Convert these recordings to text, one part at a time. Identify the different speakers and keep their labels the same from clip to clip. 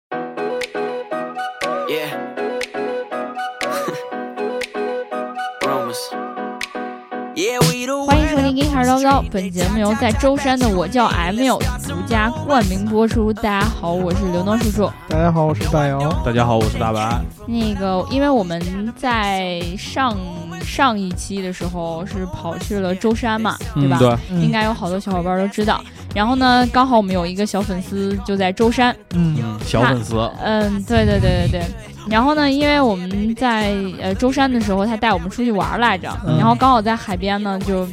Speaker 1: Yeah. Rumors. Yeah, we the
Speaker 2: 欢迎收听《Guitar 叨叨》，本节目由在舟山的我叫 M 友独家冠名播出。大家好，我是刘能叔叔。
Speaker 3: 大家好，我是大姚。
Speaker 4: 大家好，我是大白。
Speaker 2: 那个，因为我们在上上一期的时候是跑去了舟山嘛，对吧？
Speaker 4: 对，
Speaker 3: 嗯
Speaker 2: 应该有好多小伙伴都知道。然后呢，刚好我们有一个小粉丝就在舟山，
Speaker 3: 嗯，
Speaker 4: 小粉丝，
Speaker 2: 嗯，对对对对对。然后呢，因为我们在呃舟山的时候，他带我们出去玩儿来着，
Speaker 3: 嗯
Speaker 2: 然后刚好在海边呢，就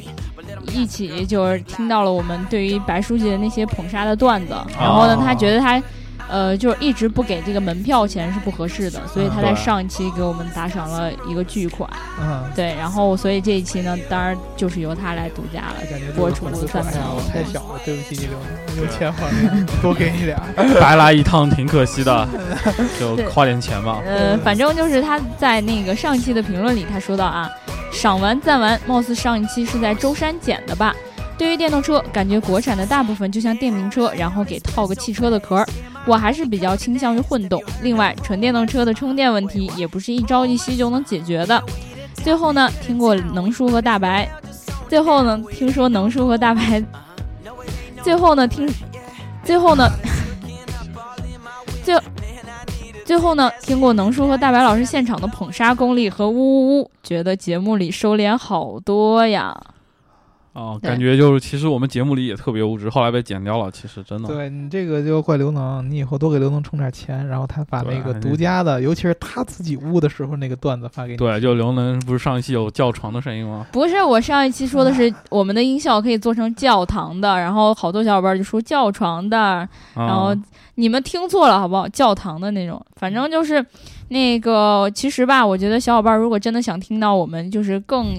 Speaker 2: 一起就是听到了我们对于白书记的那些捧杀的段子。然后呢
Speaker 4: 哦，
Speaker 2: 他觉得他呃就是一直不给这个门票钱是不合适的，所以他在
Speaker 4: 嗯对
Speaker 2: 上一期给我们打赏了一个巨款。
Speaker 3: 啊，
Speaker 2: 对，然后所以这一期呢，当然就是由他来独家了。
Speaker 3: 感觉
Speaker 2: 播出三秒
Speaker 3: 哎呀我太小了，对不起你刘能，有钱花点，多给你 俩。
Speaker 4: 白来一趟挺可惜的，就
Speaker 2: 对
Speaker 4: 花点钱吧。
Speaker 2: 呃，反正就是他在那个上一期的评论里，他说到啊，赏完赞完，貌似上一期是在舟山捡的吧。对于电动车，感觉国产的大部分就像电瓶车，然后给套个汽车的壳儿。我还是比较倾向于混动。另外，纯电动车的充电问题也不是一朝一夕就能解决的。最后呢，听过能叔和大白，最后呢，听说能叔和大白，最后呢，听，最后呢，最最后呢，听过能叔和大白老师现场的捧杀功力和呜呜呜，觉得节目里收敛好多呀。
Speaker 4: 哦，
Speaker 2: 对
Speaker 4: 感觉就是其实我们节目里也特别无知，后来被剪掉了。其实真的，
Speaker 3: 对你这个就要怪刘能，你以后多给刘能充点钱，然后他把那个
Speaker 4: 对
Speaker 3: 独家的，尤其是他自己悟的时候那个段子发给你。
Speaker 4: 对，就刘能不是上一期有叫床的声音吗？
Speaker 2: 不是，我上一期说的
Speaker 4: 嗯
Speaker 2: 是我们的音效可以做成教堂的，然后好多小伙伴就说教床的，然后
Speaker 4: 嗯
Speaker 2: 你们听错了好不好？教堂的那种，反正就是那个，其实吧，我觉得小伙伴如果真的想听到我们就是更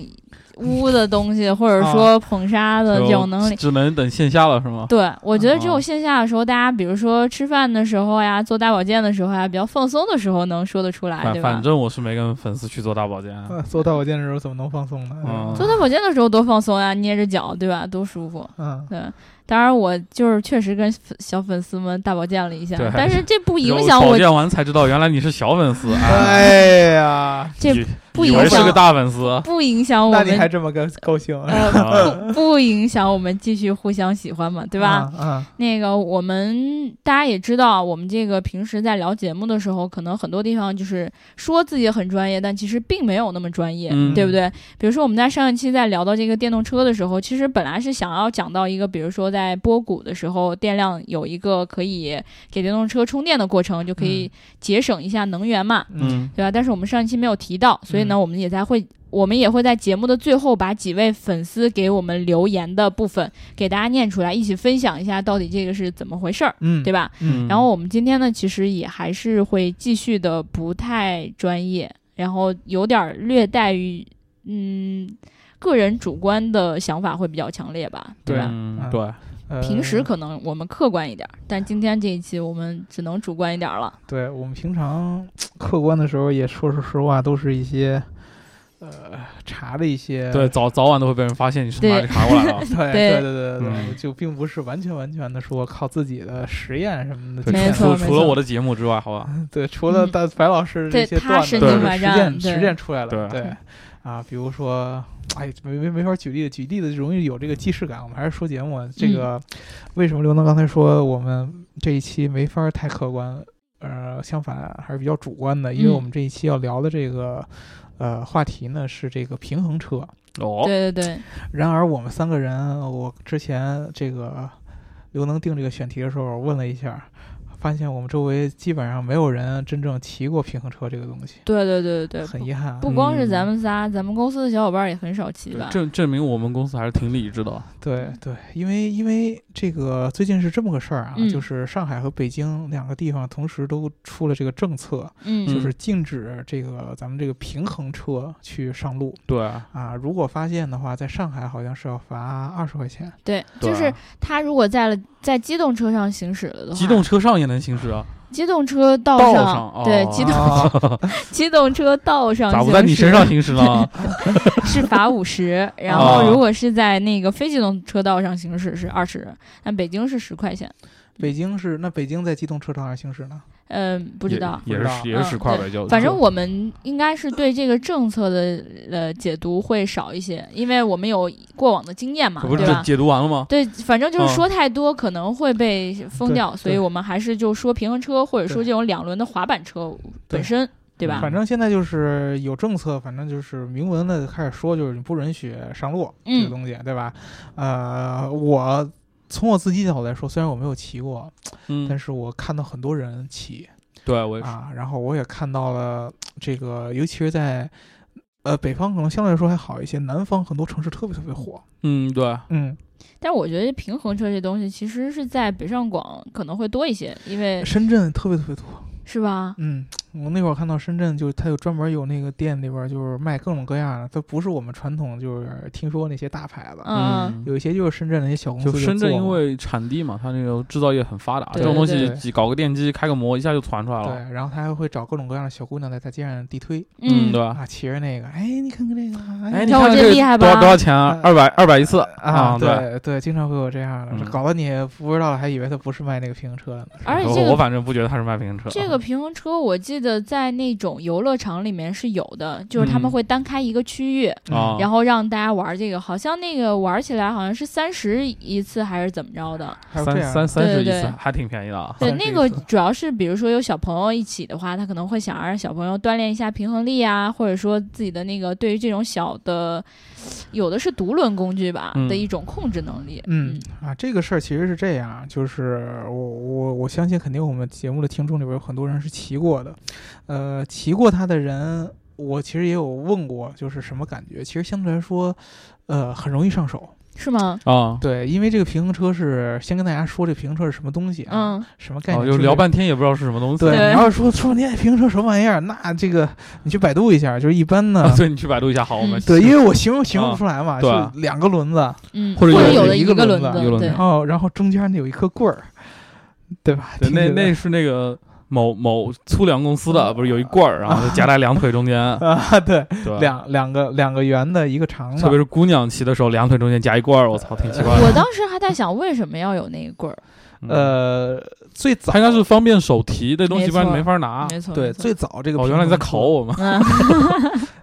Speaker 2: 污的东西，或者说捧杀的这种呃能力
Speaker 4: 啊就，只能等线下了是吗？
Speaker 2: 对，我觉得只有
Speaker 4: 哦
Speaker 2: 线下的时候，大家比如说吃饭的时候呀，做大保健的时候呀，比较放松的时候能说得出来，啊对
Speaker 4: 哎反
Speaker 2: 吧
Speaker 4: 反？正我是没跟粉丝去做大保健。
Speaker 3: 啊，做大保健的时候怎么能放松呢
Speaker 4: 嗯？
Speaker 2: 做大保健的时候多放松呀，啊捏着脚，对吧？多舒服。
Speaker 3: 嗯，
Speaker 2: 对，当然我就是确实跟粉小粉丝们大保健了一下
Speaker 4: 对，
Speaker 2: 但是这不影
Speaker 4: 就
Speaker 2: 响
Speaker 4: 保
Speaker 2: 我，
Speaker 4: 健完才知道，原来你是小粉丝，哎，
Speaker 3: 哎呀，
Speaker 2: 这
Speaker 4: 以
Speaker 2: 不
Speaker 4: 以
Speaker 2: 影
Speaker 4: 为是
Speaker 2: 响
Speaker 4: 个大粉丝。
Speaker 2: 不影响我
Speaker 3: 那你还
Speaker 2: 们，
Speaker 3: 这么高高兴？
Speaker 4: 啊
Speaker 2: 呃，不不影响我们继续互相喜欢嘛，对吧？
Speaker 3: 嗯
Speaker 2: 那个，我们大家也知道，我们这个平时在聊节目的时候，可能很多地方就是说自己很专业，但其实并没有那么专业，
Speaker 4: 嗯
Speaker 2: 对不对？比如说我们在上一期在聊到这个电动车的时候，其实本来是想要讲到一个，比如说在波谷的时候，电量有一个可以给电动车充电的过程，就可以节省一下能源嘛，
Speaker 3: 嗯
Speaker 4: 嗯，
Speaker 2: 对吧？但是我们上一期没有提到，所以呢，
Speaker 3: 嗯
Speaker 2: 我们也在会。我们也会在节目的最后把几位粉丝给我们留言的部分给大家念出来，一起分享一下到底这个是怎么回事儿，
Speaker 3: 嗯，
Speaker 2: 对吧？
Speaker 3: 嗯
Speaker 2: 然后我们今天呢，其实也还是会继续的不太专业，然后有点儿略带于嗯个人主观的想法会比较强烈吧，对吧？啊
Speaker 4: 嗯对，
Speaker 3: 呃
Speaker 2: 平时可能我们客观一点儿，但今天这一期我们只能主观一点儿了。
Speaker 3: 对我们平常客观的时候，也说说实话，都是一些呃查的一些
Speaker 4: 对，早早晚都会被人发现你是从哪里
Speaker 2: 对
Speaker 4: 查过来的。
Speaker 3: 对对
Speaker 2: 对
Speaker 3: 对对对
Speaker 4: 嗯
Speaker 3: 就并不是完全完全的说靠自己的实验什么的。
Speaker 4: 对
Speaker 2: 没
Speaker 3: 去
Speaker 2: 错
Speaker 3: 做
Speaker 4: 除
Speaker 2: 没
Speaker 4: 除了我的节目之外，好吧，
Speaker 3: 对，除了
Speaker 2: 嗯
Speaker 3: 大白老师
Speaker 2: 对
Speaker 3: 这些
Speaker 2: 他
Speaker 3: 段子
Speaker 2: 身
Speaker 3: 都
Speaker 4: 经
Speaker 3: 是
Speaker 2: 百
Speaker 3: 实
Speaker 2: 战
Speaker 3: 践
Speaker 2: 对
Speaker 3: 实践出来
Speaker 4: 对
Speaker 3: 了，对啊，比如说。哎，没没没法举例，举例子容易有这个既视感。我们还是说节目啊
Speaker 2: 嗯
Speaker 3: 这个，为什么刘能刚才说我们这一期没法太客观，呃，相反还是比较主观的，因为
Speaker 2: 嗯
Speaker 3: 我们这一期要聊的这个，呃，话题呢是这个平衡车。
Speaker 4: 哦，
Speaker 2: 对对对，
Speaker 3: 然而我们三个人，我之前这个刘能定这个选题的时候，问了一下，发现我们周围基本上没有人真正骑过平衡车这个东西，
Speaker 2: 对对对对对
Speaker 3: 很，遗憾。啊
Speaker 2: 不光是
Speaker 4: 嗯
Speaker 2: 咱们仨，咱们公司的小伙伴儿也很少骑
Speaker 4: 对
Speaker 2: 吧？
Speaker 4: 证证明我们公司还是挺理智的。
Speaker 3: 对对，因为因为这个最近是这么个事儿啊，
Speaker 2: 嗯
Speaker 3: 就是上海和北京两个地方同时都出了这个政策，
Speaker 2: 嗯，
Speaker 3: 就是禁止这个咱们这个平衡车去上路
Speaker 4: 对，
Speaker 3: 啊。如果发现的话，在上海好像是要罚二十块钱。
Speaker 2: 对，
Speaker 4: 对啊
Speaker 2: 就是他如果在了在机动车上行驶了的话，
Speaker 4: 机动车上也能行驶啊，
Speaker 2: 机动车道
Speaker 4: 道
Speaker 2: 上，
Speaker 4: 上哦
Speaker 2: 对机动、
Speaker 3: 啊，
Speaker 2: 机动车道上
Speaker 4: 咋不在你身上行驶呢？
Speaker 2: 是 罚五十，然
Speaker 4: 哦
Speaker 2: 后如果是在那个非机动车道上行驶是二十，但北京是十块钱。
Speaker 3: 北京是那北京在机动车道上行驶呢？
Speaker 2: 嗯、 不知道。
Speaker 4: 也
Speaker 3: 不知
Speaker 4: 也
Speaker 3: 道
Speaker 4: 是也
Speaker 2: 嗯
Speaker 4: 是使块百教的，
Speaker 2: 反正我们应该是对这个政策的呃解读会少一些，因为我们有过往的经验嘛，
Speaker 4: 可不是
Speaker 2: 对吧
Speaker 4: 这？解读完了吗？
Speaker 2: 对，反正就是
Speaker 4: 嗯
Speaker 2: 说太多可能会被封
Speaker 3: 对
Speaker 2: 掉，所以
Speaker 3: 对
Speaker 2: 我们还是就说平衡车或者说
Speaker 3: 对
Speaker 2: 这种两轮的滑板车
Speaker 3: 对
Speaker 2: 本身，对
Speaker 4: 啊
Speaker 2: 吧？
Speaker 3: 反正现在就是有政策，反正就是明文的开始说，就是你不允许上路
Speaker 2: 嗯
Speaker 3: 这个东西，对吧？呃，我从我自己角度来说，虽然我没有骑过，但
Speaker 4: 嗯，
Speaker 3: 是我看到很多人骑
Speaker 4: 对我也是，
Speaker 3: 啊，然后我也看到了这个，尤其是在呃北方可能相对来说还好一些，南方很多城市特别特别火，
Speaker 4: 嗯，对，
Speaker 3: 嗯，
Speaker 2: 但我觉得平衡车这东西其实是在北上广可能会多一些，因
Speaker 4: 哎
Speaker 2: 为
Speaker 3: 深圳特别特别多，
Speaker 2: 是吧？
Speaker 3: 嗯，我那会儿看到深圳，就是它有专门有那个店里边儿就是卖各种各样的，它不是我们传统就是听说那些大牌子，
Speaker 2: 嗯，
Speaker 3: 有一些就是深圳那些小公司
Speaker 4: 就
Speaker 3: 做
Speaker 4: 深圳
Speaker 3: 嘛
Speaker 4: 因为产地嘛，它那个制造业很发达，
Speaker 2: 对
Speaker 4: 这种东
Speaker 2: 对
Speaker 4: 西
Speaker 3: 对
Speaker 4: 几搞个电机开个模一下就传出来了，
Speaker 3: 对，然后他还会找各种各样的小姑娘在大街上地推
Speaker 4: 嗯，对吧？
Speaker 3: 啊，骑着那个，哎，你看看这个，
Speaker 4: 哎，你
Speaker 2: 瞧
Speaker 4: 看
Speaker 2: 我这嗯厉害吧
Speaker 4: 多少多少钱啊？二百二百一次
Speaker 3: 啊，
Speaker 4: 对。
Speaker 3: 对对，经常会有这样的，
Speaker 4: 嗯
Speaker 3: 搞得你也不知道了，还以为他不是卖那个平衡车的呢。
Speaker 2: 而且
Speaker 4: 我
Speaker 2: 这
Speaker 4: 我
Speaker 2: 个
Speaker 4: 反正不觉得它是卖平衡车，
Speaker 2: 这个平衡车，我记得在那种游乐场里面是有的，就是他们
Speaker 4: 嗯
Speaker 2: 会单开一个区域，
Speaker 4: 啊
Speaker 2: 然后让大家玩这个，好像那个玩起来好像是三十一次还是怎么着的？
Speaker 3: 还有这
Speaker 4: 三
Speaker 3: 样
Speaker 4: 三
Speaker 3: 的，嗯
Speaker 4: 三
Speaker 2: 对
Speaker 4: 十一
Speaker 2: 对
Speaker 4: 次还挺便宜的啊。
Speaker 2: 对，
Speaker 3: 31
Speaker 2: 那个
Speaker 3: 次
Speaker 2: 主要是比如说有小朋友一起的话，他可能会想让小朋友锻炼一下平衡力啊，或者说自己的那个对于这种小的，有的是独轮工具吧、
Speaker 4: 嗯
Speaker 2: 的一种控制能力。
Speaker 3: 嗯啊，这个事儿其实是这样，就是我我我相信肯定我们节目的听众里边有很多人是骑过的，呃，骑过它的人，我其实也有问过，就是什么感觉？其实相对来说，呃，很容易上手。
Speaker 2: 是吗？
Speaker 4: 啊，
Speaker 3: 对，因为这个平衡车是先跟大家说这平衡车是什么东西啊，
Speaker 2: 嗯，
Speaker 3: 什么概
Speaker 4: 哦，
Speaker 3: 念？
Speaker 4: 就聊。半天也不知道是什么东西。
Speaker 3: 对，
Speaker 2: 对
Speaker 3: 你要是说说你平衡车什么玩意儿，那这个你去百度一下，就是一般呢
Speaker 4: 啊，，对你去百度一下，好，我们
Speaker 2: 嗯
Speaker 3: 对，因为我形容形容
Speaker 4: 啊
Speaker 3: 不出来嘛，
Speaker 4: 对
Speaker 3: 就
Speaker 4: 啊
Speaker 3: 两个轮子，
Speaker 2: 嗯，
Speaker 4: 或者有
Speaker 2: 有
Speaker 4: 的
Speaker 2: 的
Speaker 3: 一
Speaker 2: 个
Speaker 3: 个
Speaker 2: 轮
Speaker 3: 轮
Speaker 2: 子
Speaker 3: 子
Speaker 4: 一个轮子
Speaker 2: 对
Speaker 3: 然，后然后中间有一颗棍儿，对吧？
Speaker 4: 对那
Speaker 3: 听起来
Speaker 4: 那是那个某某粗粮公司的，不是有一棍儿，然后就夹在两腿 中间，
Speaker 3: 啊，对，
Speaker 4: 对，
Speaker 3: 两两个两个圆的，一个长的，
Speaker 4: 特别是姑娘骑的时候，两腿中间夹一棍儿，我操，挺奇怪
Speaker 2: 我
Speaker 4: 的。
Speaker 2: 当时还在想，为什么要有那个棍儿？
Speaker 4: 嗯，
Speaker 3: 呃，最早
Speaker 4: 它应该是方便手提，这东西
Speaker 2: 没
Speaker 4: 不然你
Speaker 2: 错
Speaker 4: 没法拿。
Speaker 2: 没错，
Speaker 3: 对
Speaker 2: 没错
Speaker 3: 最早这个
Speaker 4: 哦，
Speaker 3: 平
Speaker 4: 原来你在
Speaker 3: 衡车
Speaker 4: 考 我们。
Speaker 2: 嗯，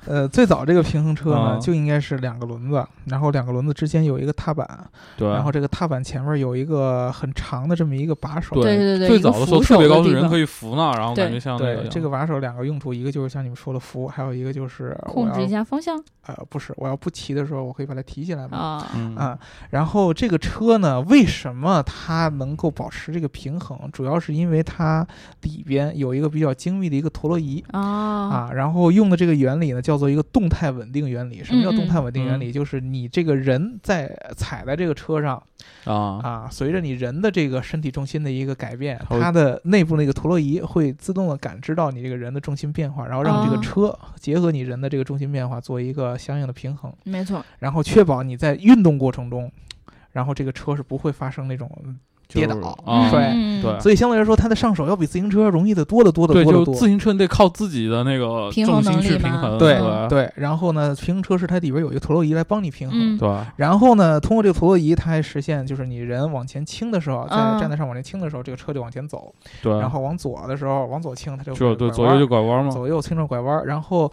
Speaker 3: 呃，最早这个平衡车呢，
Speaker 4: 嗯
Speaker 3: 就应该是两个轮子，然后两个轮子之间有一个踏板，
Speaker 4: 对，
Speaker 3: 然后这个踏板前面有一个很长的这么一个把手。
Speaker 2: 对
Speaker 4: 对
Speaker 2: 对对
Speaker 4: 最
Speaker 2: 一个
Speaker 4: 早的时候
Speaker 2: 扶
Speaker 4: 特
Speaker 2: 手
Speaker 4: 别
Speaker 2: 的
Speaker 4: 高，
Speaker 2: 地
Speaker 4: 是人
Speaker 2: 方
Speaker 4: 可以扶呢，然后感
Speaker 2: 对
Speaker 4: 觉像那
Speaker 3: 对，这个把手两个用途，一个就是像你们说的扶，还有一个就是我
Speaker 2: 控制
Speaker 3: 要
Speaker 2: 一下方向
Speaker 3: 呃，不是，我要不骑的时候，我可以把它提起来嘛。
Speaker 2: 啊。
Speaker 4: 嗯
Speaker 3: 啊，然后这个车呢，为什么它能够保持这个平衡？主要是因为它里边有一个比较精密的一个陀螺仪
Speaker 2: 啊
Speaker 3: 啊，然后用的这个原理呢，叫做一个动态稳定原理。什么叫
Speaker 2: 嗯
Speaker 3: 动态稳定原理？就是你这个人在踩在这个车上
Speaker 4: 啊，
Speaker 3: 啊，随着你人的这个身体重心的一个改变，
Speaker 4: 它会
Speaker 3: 它的内部那个陀螺仪会自动的感知到你这个人的重心变化，然后
Speaker 4: 啊
Speaker 3: 让这
Speaker 2: 哦
Speaker 3: 个车结合你人的这个重心变化做一个相应的平衡。
Speaker 2: 没错，
Speaker 3: 然后确保你在运动过程中，然后这个车是不会发生那种，
Speaker 4: 就是
Speaker 3: 跌倒
Speaker 4: 啊，
Speaker 3: 摔
Speaker 2: 嗯
Speaker 4: 对
Speaker 3: 所以相对来说，它的上手要比自行车容易的多得多得
Speaker 4: 对，
Speaker 3: 多得
Speaker 4: 就
Speaker 3: 多。
Speaker 4: 自行车你得靠自己的那个
Speaker 2: 平衡
Speaker 4: 重心
Speaker 2: 能力
Speaker 4: 去平
Speaker 2: 嘛
Speaker 4: 衡，
Speaker 3: 对
Speaker 4: 对
Speaker 3: 对，然后呢，平衡车是它里边有一个陀螺仪来帮你平衡，
Speaker 2: 嗯，
Speaker 4: 对，
Speaker 3: 然后呢，通过这个陀螺仪，它还实现就是你人往前倾的时候，在
Speaker 2: 嗯
Speaker 3: 站在上往前倾的时候，这个车就往前走；
Speaker 4: 对，
Speaker 3: 然后往左的时候，往左倾，它就
Speaker 4: 嗯就
Speaker 3: 会
Speaker 4: 对
Speaker 3: 拐
Speaker 4: 左
Speaker 3: 弯
Speaker 4: 右就嗯拐弯嘛，
Speaker 3: 左右倾转拐弯，然后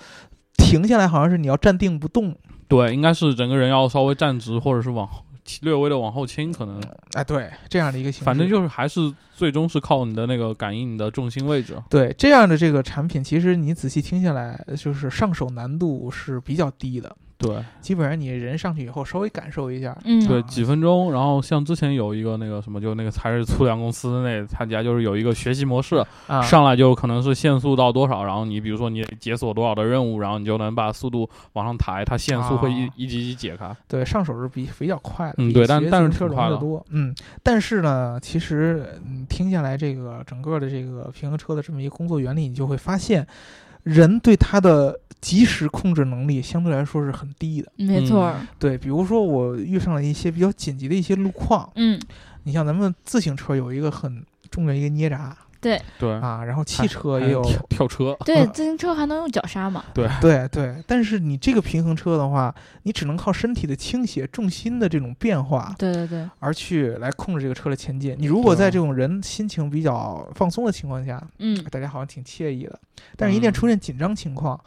Speaker 3: 停下来好像是你要站定不动，
Speaker 4: 对，应该是整个人要稍微站直，或者是往后略微的往后倾，可能
Speaker 3: 哎，对，这样的一个形式。
Speaker 4: 反正就是还是最终是靠你的那个感应你的重心位置。
Speaker 3: 对这样的这个产品，其实你仔细听下来，就是上手难度是比较低的。
Speaker 4: 对
Speaker 3: 基本上你人上去以后稍微感受一下，
Speaker 2: 嗯，
Speaker 4: 对，
Speaker 3: 啊
Speaker 4: 几分钟。然后像之前有一个那个什么，就那个还是粗粮公司那他家就是有一个学习模式，
Speaker 3: 啊，
Speaker 4: 上来就可能是限速到多少，然后你比如说你解锁多少的任务，然后你就能把速度往上抬，它限速会一、
Speaker 3: 啊
Speaker 4: 一级一级解开。
Speaker 3: 对上手是比比较快的，
Speaker 4: 嗯
Speaker 3: 比
Speaker 4: 对
Speaker 3: 骑
Speaker 4: 但
Speaker 3: 自
Speaker 4: 但是
Speaker 3: 行车
Speaker 4: 挺
Speaker 3: 容
Speaker 4: 快
Speaker 3: 易得
Speaker 4: 的
Speaker 3: 多，嗯，但是呢，其实嗯听下来这个整个的这个平衡车的这么一个工作原理，你就会发现，人对它的及时控制能力相对来说是很低的。
Speaker 2: 没错儿，
Speaker 3: 对，比如说我遇上了一些比较紧急的一些路况，
Speaker 2: 嗯，
Speaker 3: 你像咱们自行车有一个很重的一个捏闸，
Speaker 4: 对，
Speaker 3: 啊，然后汽车也
Speaker 4: 嗯还
Speaker 3: 有，
Speaker 4: 跳跳车，
Speaker 2: 对，自行车还能用脚刹吗？
Speaker 3: 对对，但是你这个平衡车的话，你只能靠身体的倾斜、重心的这种变
Speaker 4: 啊
Speaker 3: 化
Speaker 2: 对对对，
Speaker 3: 而去来控制这个车的前进。你如果
Speaker 4: 对啊
Speaker 3: 在这种人心情比较放松的情况下，
Speaker 2: 嗯，
Speaker 3: 大家好像挺惬意的，但是一旦
Speaker 4: 嗯
Speaker 3: 出现紧张情况，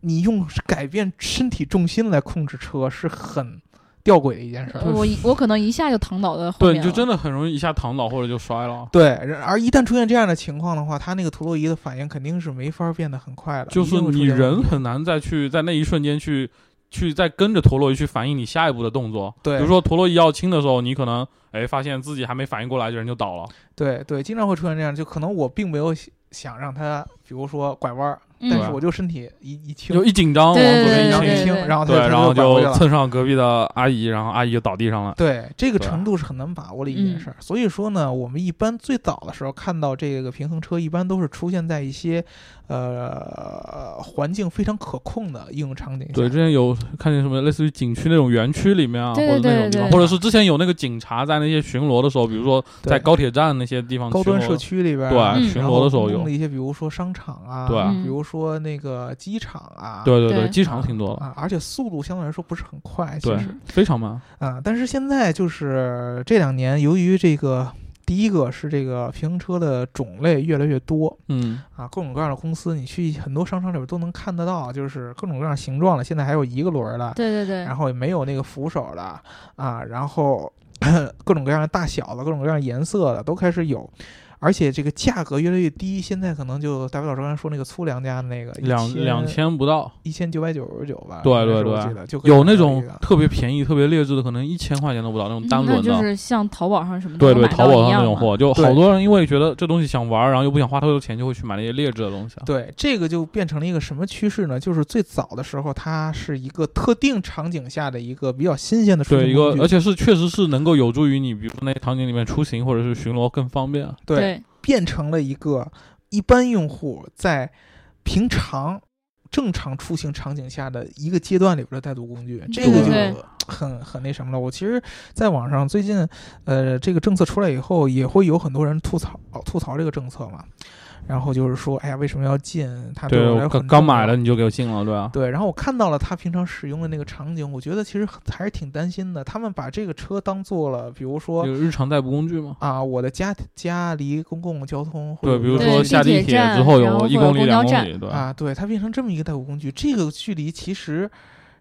Speaker 3: 你用改变身体重心来控制车是很吊诡的一件事儿。
Speaker 2: 我一我可能一下就躺倒在后
Speaker 4: 对，
Speaker 2: 面
Speaker 4: 你就
Speaker 2: 了。
Speaker 4: 真的很容易一下躺倒或者就摔了。
Speaker 3: 对，然而一旦出现这样的情况的话，它那个陀螺仪的反应肯定是没法变得很快的，
Speaker 4: 就
Speaker 3: 一定
Speaker 4: 是
Speaker 3: 会出
Speaker 4: 你
Speaker 3: 现问
Speaker 4: 人
Speaker 3: 题
Speaker 4: 很难再去在那一瞬间去去再跟着陀螺仪去反应你下一步的动作。
Speaker 3: 对
Speaker 4: 比如说陀螺仪要轻的时候，你可能哎发现自己还没反应过来，人就倒了。
Speaker 3: 对对，经常会出现这样，就可能我并没有想想让它，比如说拐弯儿，
Speaker 2: 嗯
Speaker 3: 但是我就身体一一倾，
Speaker 4: 啊就一紧张，往
Speaker 2: 对对
Speaker 4: 左边一
Speaker 3: 然后
Speaker 2: 对
Speaker 3: 一
Speaker 4: 倾，
Speaker 3: 倾，然后它
Speaker 4: 对，
Speaker 3: 它
Speaker 4: 然后
Speaker 3: 拐过去
Speaker 4: 就
Speaker 3: 了。
Speaker 4: 蹭上隔壁的阿姨，然后阿姨就倒地上了。
Speaker 3: 对，这个
Speaker 4: 对
Speaker 3: 程度是很难把握的一件
Speaker 2: 嗯
Speaker 3: 事儿。所以说呢，我们一般最早的时候看到这个平衡车，一般都是出现在一些呃环境非常可控的应用场景下。
Speaker 4: 对，之前有看见什么类似于景区那种园区里面啊，
Speaker 2: 对
Speaker 4: 或者那种
Speaker 2: 对
Speaker 4: 地
Speaker 2: 对
Speaker 4: 方，
Speaker 2: 对
Speaker 4: 或者是之前有那个警察在那些巡逻的时候，比如说
Speaker 3: 对
Speaker 4: 在高铁站那些地方
Speaker 3: 高
Speaker 4: 巡
Speaker 3: 端
Speaker 4: 逻
Speaker 3: 社，区里边儿，啊然
Speaker 4: 对
Speaker 2: 嗯
Speaker 4: 巡
Speaker 3: 后
Speaker 4: 逻的时候
Speaker 3: 公共
Speaker 4: 有
Speaker 3: 的，一些，比如说商场啊，
Speaker 4: 对
Speaker 2: 嗯
Speaker 3: 比如说那个机场啊，
Speaker 4: 对对对，
Speaker 2: 对
Speaker 4: 机场挺多的，
Speaker 3: 啊，而且速度相对来说不是很快，其
Speaker 4: 对
Speaker 3: 实
Speaker 4: 非常慢。
Speaker 3: 啊，但是现在就是这两年，由于这个第一个是这个平衡车的种类越来越多，
Speaker 4: 嗯，
Speaker 3: 啊，各种各样的公司，你去很多商场里边都能看得到，就是各种各样形状的。现在还有一个轮儿的，
Speaker 2: 对对对
Speaker 3: 然，后也没有那个扶手的啊，然后 各种各样的大小的，各种各样颜色的都开始有，而且这个价格越来越低。现在可能就大伟老师刚才说那个粗粮家的那个
Speaker 4: 两两千不到，
Speaker 3: 一千九百九十九吧，
Speaker 4: 对
Speaker 3: 应该
Speaker 4: 对
Speaker 3: 是我
Speaker 4: 对
Speaker 3: 记得就可以
Speaker 4: 有
Speaker 3: 买
Speaker 4: 那
Speaker 3: 到
Speaker 4: 种
Speaker 3: 一个
Speaker 4: 特别便宜、特别劣质的，可能一千块钱都不到那种单
Speaker 2: 嗯那
Speaker 4: 轮
Speaker 2: 就
Speaker 4: 的。
Speaker 2: 是像淘宝上什么
Speaker 4: 对
Speaker 2: 都
Speaker 4: 对，
Speaker 2: 能买
Speaker 4: 淘
Speaker 2: 到
Speaker 4: 宝
Speaker 2: 一
Speaker 4: 上那
Speaker 2: 样
Speaker 4: 种
Speaker 2: 嘛。
Speaker 4: 货，就
Speaker 3: 对
Speaker 4: 好多人因为觉得这东西想玩儿，然后又不想花太多钱，就会去买那些劣质的东西啊。
Speaker 3: 对，这个就变成了一个什么趋势呢？就是最早的时候，它是一个特定场景下的一个比较新鲜的出
Speaker 4: 对
Speaker 3: 行
Speaker 4: 一个
Speaker 3: 工，具
Speaker 4: 而且是确实是能够有助于你，比如说那些场景里面出行或者是巡逻更方便。啊
Speaker 3: 对，变成了一个一般用户在平常正常出行场景下的一个阶段里边的带读工具，这
Speaker 2: 嗯
Speaker 3: 个
Speaker 2: 对
Speaker 3: 就很很那什么了。我其实在网上最近，呃，这个政策出来以后，也会有很多人吐槽吐槽这个政策嘛，然后就是说，哎呀，为什么要禁？它
Speaker 4: 对，
Speaker 3: 我来
Speaker 4: 我
Speaker 3: 说
Speaker 4: 刚
Speaker 3: 很
Speaker 4: 刚
Speaker 3: 重要
Speaker 4: 买了。你就给我进了，对吧？
Speaker 3: 对，然后我看到了他平常使用的那个场景，我觉得其实还是挺担心的。他们把这个车当做了，比如说
Speaker 4: 有日常代步工具嘛。
Speaker 3: 啊，我的家家离公共交通或
Speaker 4: 对，
Speaker 3: 者
Speaker 4: 比如
Speaker 3: 我的
Speaker 2: 对
Speaker 4: 说
Speaker 2: 地
Speaker 4: 下地
Speaker 2: 铁
Speaker 4: 铁
Speaker 2: 站
Speaker 4: 之后
Speaker 2: 然后
Speaker 4: 有一
Speaker 2: 或者
Speaker 4: 公里、
Speaker 2: 公交
Speaker 4: 两公
Speaker 2: 站
Speaker 4: 里，对，
Speaker 3: 啊，对，它变成这么一个代步工具，这个距离其实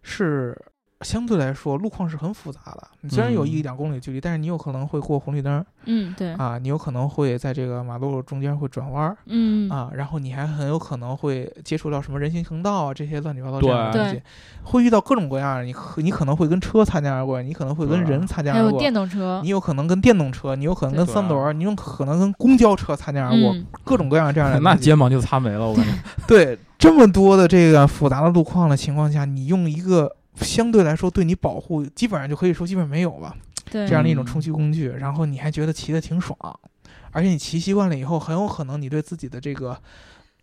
Speaker 3: 是相对来说路况是很复杂的。你虽然有一
Speaker 4: 嗯
Speaker 3: 两公里距离，但是你有可能会过红绿灯儿
Speaker 2: 嗯对，
Speaker 3: 啊，你有可能会在这个马路中间会转弯儿
Speaker 2: 嗯
Speaker 3: 啊，然后你还很有可能会接触到什么人行横道啊这些乱七八糟这样的
Speaker 2: 对
Speaker 3: 东西，会遇到各种各样儿，你可你可能会跟车擦肩而过，你可能会跟
Speaker 4: 对啊
Speaker 3: 人擦肩
Speaker 2: 还
Speaker 3: 而
Speaker 2: 有
Speaker 3: 过。
Speaker 2: 电动车
Speaker 3: 你，有可能跟电动车，你有可能跟
Speaker 4: 对啊
Speaker 3: 三轮儿，你有可能跟公交车擦肩而过，
Speaker 2: 嗯
Speaker 3: 各种各样这样的
Speaker 4: 那
Speaker 3: 东西
Speaker 4: 肩膀就擦没了，我感觉。
Speaker 3: 对这么多的这个复杂的路况的情况下，你用一个相对来说对你保护基本上就可以说基本没有吧，
Speaker 2: 对
Speaker 4: 嗯
Speaker 3: 这样的一种充气工具，然后你还觉得骑得挺爽，啊而且你骑习惯了以后，很有可能你对自己的这个。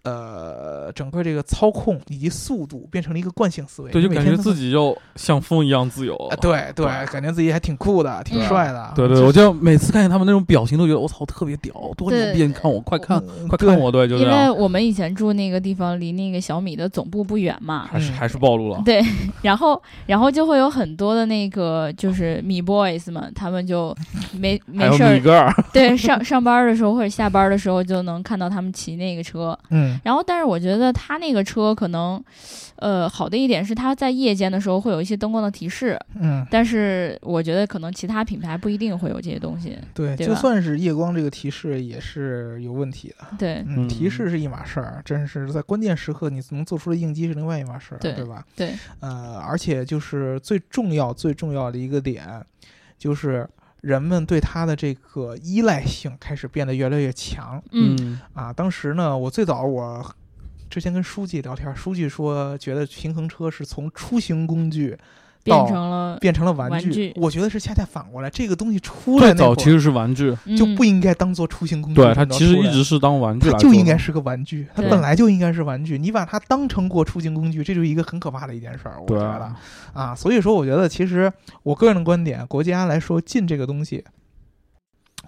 Speaker 3: 呃，整个这个操控以及速度变成了一个惯性思维，
Speaker 4: 对，
Speaker 3: 你
Speaker 4: 就
Speaker 3: 每
Speaker 4: 感
Speaker 3: 天
Speaker 4: 觉
Speaker 3: 都
Speaker 4: 自己就像风一样自由。
Speaker 3: 啊，对对，
Speaker 4: 对
Speaker 3: 感觉自己还挺酷的，挺
Speaker 2: 对
Speaker 3: 帅的，
Speaker 4: 对对，我就每次看见他们那种表情，都觉得我操特别屌，多牛逼！
Speaker 2: 对
Speaker 4: 你看我，快看，
Speaker 3: 嗯
Speaker 4: 快
Speaker 3: 对
Speaker 4: 看我！对，就这
Speaker 2: 因为
Speaker 4: 样，
Speaker 2: 我们以前住那个地方离那个小米的总部不远嘛，
Speaker 4: 还是
Speaker 3: 嗯
Speaker 4: 还是暴露了。
Speaker 2: 对，然后然后就会有很多的那个就是米 boys 们，他们就没
Speaker 4: 还
Speaker 2: 没
Speaker 4: 有
Speaker 2: 事儿
Speaker 4: 米，格尔，
Speaker 2: 对上上班的时候或者下班的时候就能看到他们骑那个车。
Speaker 3: 嗯，
Speaker 2: 然后，但是我觉得他那个车可能，呃，好的一点是它在夜间的时候会有一些灯光的提示，
Speaker 3: 嗯，
Speaker 2: 但是我觉得可能其他品牌不一定会有这些东西。
Speaker 3: 对，
Speaker 2: 对
Speaker 3: 就
Speaker 2: 吧
Speaker 3: 算是夜光这个提示也是有问题的。
Speaker 2: 对
Speaker 3: 嗯，提
Speaker 4: 嗯
Speaker 3: 示是一码事儿，真是在关键时刻你能做出的应激是另外一码事儿，
Speaker 2: 对
Speaker 3: 对吧？
Speaker 2: 对，
Speaker 3: 呃，而且就是最重要、最重要的一个点，就是人们对它的这个依赖性开始变得越来越强
Speaker 2: 嗯，
Speaker 3: 啊。当时呢，我最早我之前跟书记聊天，书记说觉得平衡车是从出行工具
Speaker 2: 变
Speaker 3: 到
Speaker 2: 成了
Speaker 3: 变成了玩
Speaker 2: 玩具
Speaker 3: 我觉得是恰恰反过来，这个东西出来
Speaker 4: 最
Speaker 3: 那
Speaker 4: 早
Speaker 3: 会
Speaker 4: 其
Speaker 3: 儿
Speaker 4: 实是玩具，
Speaker 3: 就
Speaker 2: 嗯
Speaker 3: 不应该当做出行工具这
Speaker 4: 对
Speaker 3: 么
Speaker 4: 它
Speaker 3: 着出来。
Speaker 4: 其实一直是当玩具
Speaker 3: 它
Speaker 4: 来，
Speaker 3: 就应该。是个玩具，它
Speaker 2: 对
Speaker 3: 本来就应该是玩具。你把它当成过出行工具，这就是一个很可怕的一件事儿，我觉
Speaker 4: 对，
Speaker 3: 得啊啊。所以说，我觉得其实我个人的观点，国家来说禁这个东西，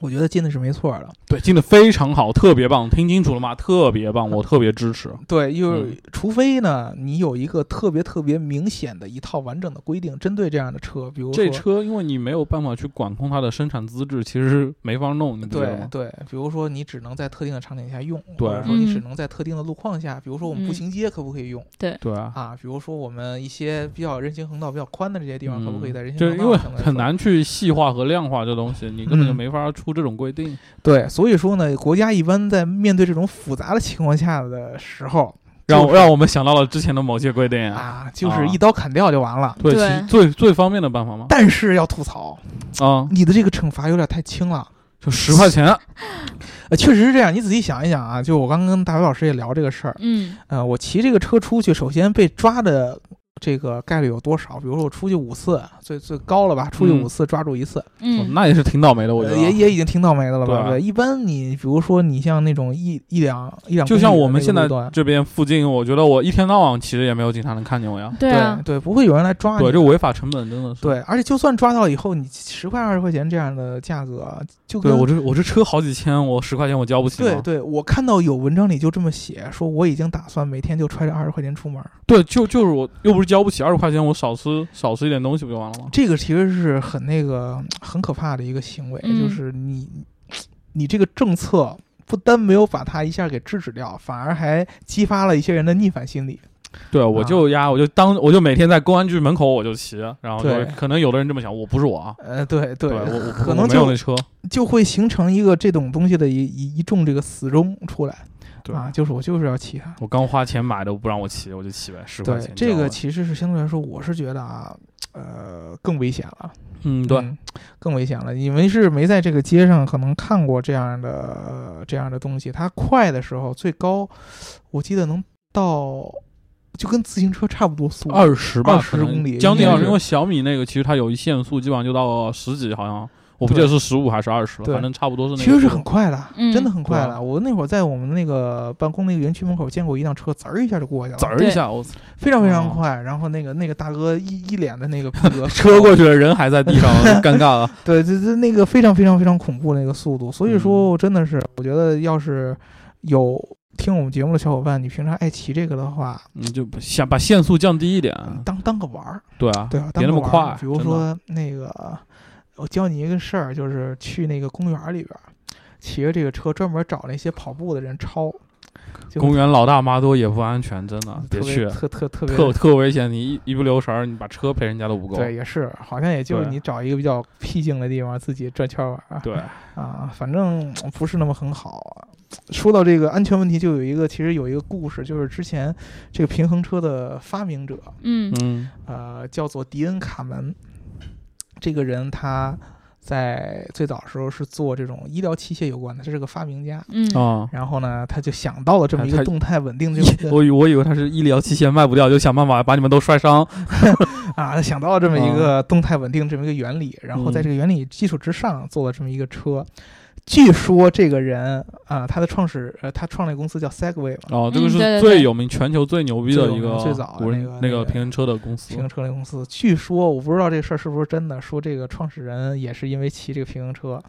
Speaker 3: 我觉得进的是没错的。
Speaker 4: 对，进的非常好，特别棒，听清楚了吗？特别棒，
Speaker 3: 嗯
Speaker 4: 我特别支持。
Speaker 3: 对，就是、
Speaker 4: 嗯
Speaker 3: 除非呢，你有一个特别特别明显的一套完整的规定，针对这样的车，比如说
Speaker 4: 这车，因为你没有办法去管控它的生产资质，其实是没法弄，你不觉得
Speaker 3: 对
Speaker 4: 吗？
Speaker 3: 对，比如说你只能在特定的场景下用，
Speaker 4: 对
Speaker 3: 或者说你只
Speaker 2: 嗯
Speaker 3: 能在特定的路况下，比如说我们步
Speaker 2: 嗯
Speaker 3: 行街可不可以用、
Speaker 4: 对啊，
Speaker 3: 啊？比如说我们一些比较人行横道比较宽的这些地方，可不可以在人
Speaker 4: 就
Speaker 3: 行
Speaker 4: 是
Speaker 3: 横
Speaker 4: 嗯因
Speaker 3: 道
Speaker 4: 为
Speaker 3: 上来
Speaker 4: 很
Speaker 3: 走
Speaker 4: 难去细化和量化这东西，你根本就
Speaker 3: 嗯
Speaker 4: 没法出这种规定。
Speaker 3: 对，所以说呢，国家一般在面对这种复杂的情况下的时候
Speaker 4: 让
Speaker 3: 就
Speaker 4: 我
Speaker 3: 是
Speaker 4: 让我们想到了之前的某些规定。
Speaker 3: 啊，就
Speaker 4: 啊
Speaker 3: 是一刀砍掉就完了。
Speaker 4: 对，
Speaker 2: 对
Speaker 4: 其最最方便的办法嘛。
Speaker 3: 但是要吐槽，
Speaker 4: 啊，
Speaker 3: 你的这个惩罚有点太轻了。
Speaker 4: 就十块钱。哦
Speaker 3: 呃，确实是这样。你仔细想一想啊，就我刚跟大伟老师也聊这个事儿。
Speaker 2: 嗯
Speaker 3: 呃，我骑这个车出去，首先被抓的这个概率有多少？比如说我出去五次，最最高了吧？出去
Speaker 4: 嗯
Speaker 3: 五次抓住一次，
Speaker 4: 哦
Speaker 2: 嗯
Speaker 4: 那也是挺倒霉的，我觉
Speaker 3: 呃
Speaker 4: 得。啊
Speaker 3: 也也已经挺倒霉的了
Speaker 4: 对
Speaker 3: 吧？
Speaker 4: 啊
Speaker 3: 对不对，一般你比如说你像那种一一两一两公里的那个路段，
Speaker 4: 就像我们现在这边附近，我觉得我一天到晚骑着也没有警察能看见我呀。
Speaker 2: 对啊
Speaker 3: 对，对，不会有人来抓你
Speaker 4: 对，。这违法成本真的是。
Speaker 3: 嗯对，而且就算抓到以后，你十块二十块钱这样的价格，啊就
Speaker 4: 对，
Speaker 3: 跟
Speaker 4: 我这我这车好几千，我十块钱我交不起
Speaker 3: 对
Speaker 4: 吗。
Speaker 3: 对，我看到有文章里就这么写，说我已经打算每天就揣着二十块钱出门儿。
Speaker 4: 对就就是我又不是交不起二十块钱，我少吃少吃一点东西不就完了吗？
Speaker 3: 这个其实是很那个很可怕的一个行为，
Speaker 2: 嗯
Speaker 3: 就是你你这个政策不单没有把它一下给制止掉，反而还激发了一些人的逆反心理。
Speaker 4: 对，我
Speaker 3: 啊
Speaker 4: 就压，我就当我就每天在公安局门口我就骑，然后就
Speaker 3: 对
Speaker 4: 可能有的人这么想，我不是我啊，
Speaker 3: 呃，对对，
Speaker 4: 对我 我
Speaker 3: 可
Speaker 4: 我
Speaker 3: 能
Speaker 4: 没有
Speaker 3: 就
Speaker 4: 那车，
Speaker 3: 就会形成一个这种东西的一一一众这个死忠出来
Speaker 4: 对
Speaker 3: 啊，就是我就是要骑它。
Speaker 4: 我刚花钱买的，不让我骑，我就骑呗，十块
Speaker 3: 对
Speaker 4: 钱，交
Speaker 3: 这
Speaker 4: 了。
Speaker 3: 个其实是相对来说，我是觉得啊，呃，更危险了。
Speaker 4: 嗯，对，
Speaker 3: 嗯更危险了。你们是没在这个街上可能看过这样的、呃这样的东西。它快的时候最高，我记得能到就跟自行车差不多速度。
Speaker 4: 二十吧，
Speaker 3: 20
Speaker 4: 可能
Speaker 3: 公里
Speaker 4: 将近
Speaker 3: 应该
Speaker 4: 二
Speaker 3: 是
Speaker 4: 十，因为小米那个其实它有一限速，基本上就到十几，好像我不记
Speaker 3: 对
Speaker 4: 得是十五还是二十了，
Speaker 3: 对
Speaker 4: 反正差不多是那
Speaker 3: 其
Speaker 4: 个速度。
Speaker 3: 实是很快的，
Speaker 2: 嗯
Speaker 3: 真的很快
Speaker 4: 对啊
Speaker 3: 的。我那会儿在我们那个办公那个园区门口见过一辆车，滋儿一下就过去了，
Speaker 4: 滋儿一下，我操
Speaker 3: 非常非常
Speaker 4: 哦
Speaker 3: 快。然后那个那个大哥一一脸的那 个逼格，
Speaker 4: 车过去了，人还在 地上，尴尬了。
Speaker 3: 对，这这那个非常非常非常恐怖那个速度，
Speaker 4: 嗯
Speaker 3: 所以说真的是，我觉得要是有听我们节目的小伙伴，你平常爱骑这个的话，
Speaker 4: 你嗯就不想把限速降低一点，
Speaker 3: 当当个玩儿，
Speaker 4: 对嗯
Speaker 3: 嗯
Speaker 4: 啊，
Speaker 3: 对啊，当
Speaker 4: 别那
Speaker 3: 个
Speaker 4: 么
Speaker 3: 玩儿
Speaker 4: 快。
Speaker 3: 比如
Speaker 4: 真的，
Speaker 3: 说那个，我教你一个事儿，就是去那个公园儿里边儿，骑着这个车专门找那些跑步的人抄，就嗯
Speaker 4: 公园老大妈多也不安全，真的，别
Speaker 3: 特别
Speaker 4: 去，
Speaker 3: 特特特别
Speaker 4: 特特危险。你一一不留神儿，你把车赔人家都不够。
Speaker 3: 对，也是，好像也就是
Speaker 4: 对
Speaker 3: 你找一个比较僻静的地方自己转圈儿玩儿啊。
Speaker 4: 对，
Speaker 3: 啊，反正不是那么很好。啊说到这个安全问题，就有一个其实有一个故事，就是之前这个平衡车的发明者，
Speaker 2: 嗯
Speaker 4: 嗯，
Speaker 3: 呃，叫做迪恩·卡门。这个人他在最早时候是做这种医疗器械有关的，他是个发明家。
Speaker 2: 嗯
Speaker 4: 啊，
Speaker 3: 然后呢，他就想到了这么一
Speaker 4: 他
Speaker 3: 个
Speaker 4: 他
Speaker 3: 动态稳 定这么一个
Speaker 4: 我以我以为他是医疗器械卖不掉，就想办法把你们都摔伤。
Speaker 3: 啊，想到了这么一
Speaker 4: 啊
Speaker 3: 个动态稳定这么一个原理，然后在
Speaker 4: 嗯
Speaker 3: 这个原理基础之上做了这么一个车。据说这个人啊、他的创始呃，他创立公司叫 Segway 嘛，
Speaker 4: 哦，这个
Speaker 2: 嗯对对
Speaker 4: 是
Speaker 2: 对
Speaker 4: 最有名、全球最牛逼的一个
Speaker 3: 最有名最早的
Speaker 4: 无人
Speaker 3: 那个
Speaker 4: 那
Speaker 3: 那个
Speaker 4: 个平衡车的公司
Speaker 3: 平。衡车类公司。据说我不知道这事儿是不是真的，说这个创始人也是因为骑这个平衡车，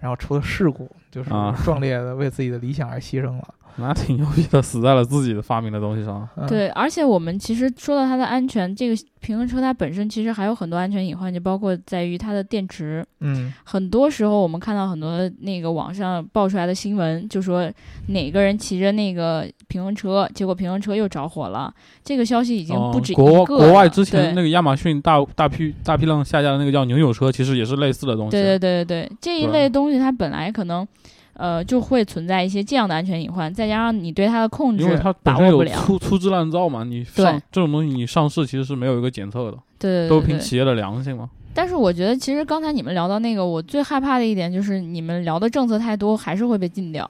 Speaker 3: 然后出了事故，就是
Speaker 4: 啊
Speaker 3: 壮烈的为自己的理想而牺牲了。
Speaker 4: 那挺牛逼的，死在了自己的发明的东西上。
Speaker 3: 嗯、
Speaker 2: 对，而且我们其实说到它的安全，这个平衡车它本身其实还有很多安全隐患，就包括在于它的电池。
Speaker 3: 嗯，
Speaker 2: 很多时候我们看到很多那个网上爆出来的新闻，就说哪个人骑着那个平衡车，结果平衡车又着火了。这个消息已经不
Speaker 4: 嗯
Speaker 2: 止一个了、
Speaker 4: 国国外之前那
Speaker 2: 对
Speaker 4: 个亚马逊大大批大批量下架的那个叫扭扭车，其实也是类似的东西。
Speaker 2: 对对对对对，这一
Speaker 4: 对
Speaker 2: 类东西它本来可能。呃，就会存在一些这样的安全隐患，再加上你对它的控制
Speaker 4: 因为它本
Speaker 2: 把
Speaker 4: 身
Speaker 2: 握不了，
Speaker 4: 有粗粗制滥造嘛，你上
Speaker 2: 对
Speaker 4: 这种东西你上市其实是没有一个检测的，
Speaker 2: 对对对对，
Speaker 4: 都是凭
Speaker 2: 对
Speaker 4: 企业的良心嘛。
Speaker 2: 但是我觉得，其实刚才你们聊到那个，我最害怕的一点就是你们聊的政策太多，还是会被禁掉，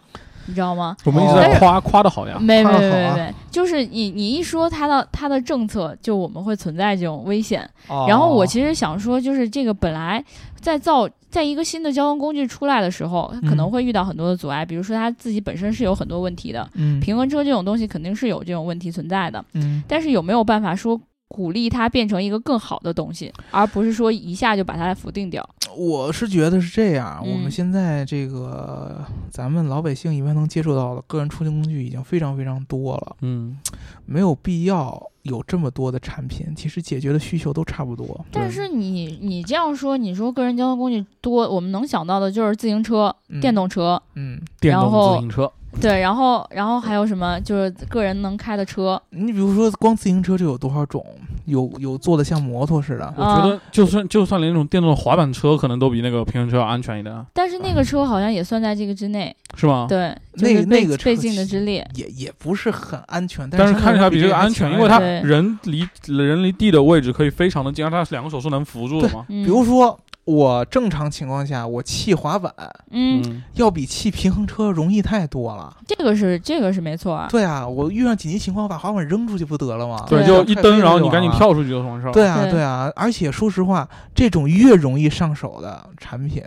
Speaker 2: 你知道吗？
Speaker 4: 我们
Speaker 3: 哦
Speaker 4: 一直
Speaker 2: 但
Speaker 4: 在
Speaker 2: 是
Speaker 4: 夸夸的好呀，
Speaker 2: 没没
Speaker 3: 夸得
Speaker 2: 没
Speaker 3: 好
Speaker 2: 没
Speaker 3: 啊
Speaker 2: 没，就是你你一说它的它的政策，就我们会存在这种危险。
Speaker 3: 哦
Speaker 2: 然后我其实想说，就是这个本来在造在一个新的交通工具出来的时候，可能
Speaker 3: 嗯
Speaker 2: 会遇到很多的阻碍，比如说它自己本身是有很多问题的，
Speaker 3: 嗯
Speaker 2: 平衡车这种东西肯定是有这种问题存在的。
Speaker 3: 嗯
Speaker 2: 但是有没有办法说鼓励它变成一个更好的东西，而不是说一下就把它否定掉。
Speaker 3: 我是觉得是这样，
Speaker 2: 嗯
Speaker 3: 我们现在这个咱们老百姓一般能接触到的个人出行工具已经非常非常多了，
Speaker 4: 嗯，
Speaker 3: 没有必要有这么多的产品，其实解决的需求都差不多。
Speaker 2: 但是你你这样说，你说个人交通工具多，我们能想到的就是自行车、
Speaker 3: 嗯
Speaker 2: 电，动车，
Speaker 3: 嗯，
Speaker 4: 电动
Speaker 2: 然后
Speaker 4: 自行车，
Speaker 2: 对，然后然后还有什么就是个人能开的车，
Speaker 3: 你比如说光自行车就有多少种，有有做的像摩托似的，
Speaker 4: 我觉得就算就算连那种电动的滑板车，可能都比那个平衡车要安全一点，啊
Speaker 2: 但是那个车好像也算在这个之内，
Speaker 4: 是吗？
Speaker 2: 对，就
Speaker 3: 哦那
Speaker 2: 是
Speaker 3: 那
Speaker 2: 被
Speaker 3: 个车
Speaker 2: 被禁的之列。
Speaker 3: 也也不是很安全，
Speaker 4: 但
Speaker 3: 是
Speaker 4: 是看起来比这
Speaker 3: 这
Speaker 4: 个安全，因为
Speaker 2: 它
Speaker 4: 它
Speaker 2: 对
Speaker 4: 人离人离地的位置可以非常的近，而它两个手是能扶住的嘛。
Speaker 2: 嗯、
Speaker 3: 比如说我正常情况下，我气滑板
Speaker 2: 嗯，
Speaker 4: 嗯，
Speaker 3: 要比气平衡车容易太多了。
Speaker 2: 这个是这个是没错啊。
Speaker 3: 对啊，我遇上紧急情况，我把滑板扔出去不得了吗？
Speaker 2: 对
Speaker 4: 对，
Speaker 2: 啊
Speaker 4: 就一蹬，然后你赶紧
Speaker 3: 快飞就完了。
Speaker 4: 跳出去就完事儿了。
Speaker 3: 对啊，
Speaker 2: 对
Speaker 3: 对啊，而且说实话，这种越容易上手的产品，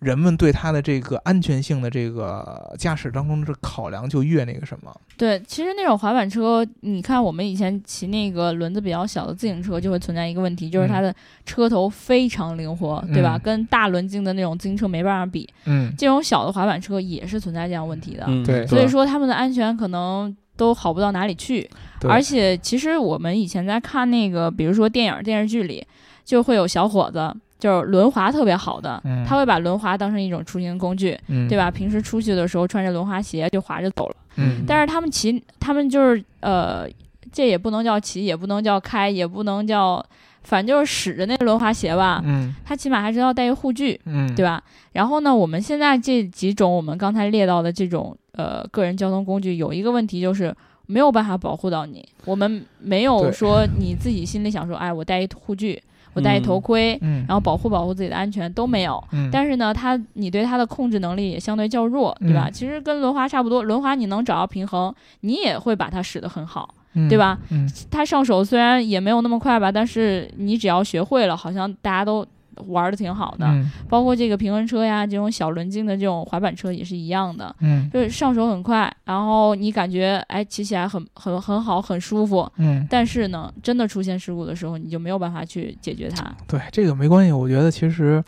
Speaker 3: 人们对它的这个安全性的这个驾驶当中的考量就越那个什么。
Speaker 2: 对，其实那种滑板车，你看我们以前骑那个轮子比较小的自行车，就会存在一个问题，就是它的车头非常灵活，对吧？
Speaker 3: 嗯
Speaker 2: 跟大轮径的那种自行车没办法比。
Speaker 3: 嗯，
Speaker 2: 这种小的滑板车也是存在这样问题的，
Speaker 4: 嗯，
Speaker 3: 对
Speaker 2: 所以说他们的安全可能都好不到哪里去。而
Speaker 3: 且
Speaker 2: 且其实我们以前在看那个，比如说电影、电视剧里，就会有小伙子。就是轮滑特别好的，
Speaker 3: 嗯
Speaker 2: 他会把轮滑当成一种出行工具，对？吧？平时出去的时候穿着轮滑鞋就滑着走了。
Speaker 3: 嗯，
Speaker 2: 但是他们骑，他们就是呃，这也不能叫骑，也不能叫开，也不能叫，反正就是使着那轮滑鞋吧。
Speaker 3: 嗯
Speaker 2: 他起码还是要带一护具，
Speaker 3: 嗯，
Speaker 2: 啊对吧？然后呢，我们现在这几种我们刚才列到的这种呃个人交通工具，有一个问题就是没有办法保护到你。我们没有
Speaker 3: 对
Speaker 2: 说你自己心里想说，哎，我戴一护具，我戴一头
Speaker 4: 嗯
Speaker 2: 盔，
Speaker 3: 嗯，
Speaker 2: 然后保护保护自己的安全都没有。
Speaker 3: 嗯，
Speaker 2: 但是呢，它你对它的控制能力也相对较弱，对
Speaker 3: 嗯
Speaker 2: 吧？其实跟轮滑差不多，轮滑你能找到平衡，你也会把它使得很好。
Speaker 3: 嗯
Speaker 2: 对吧？
Speaker 3: 嗯，
Speaker 2: 它上手虽然也没有那么快吧，但是你只要学会了，好像大家都玩的挺好的。
Speaker 3: 嗯
Speaker 2: 包括这个平衡车呀，这种小轮径的这种滑板车也是一样的，
Speaker 3: 嗯
Speaker 2: 就是上手很快，然后你感觉哎骑起来很很很好，很舒服。
Speaker 3: 嗯，
Speaker 2: 但是呢，真的出现事故的时候，你就没有办法去解决它。
Speaker 3: 对，这个没关系，我觉得其实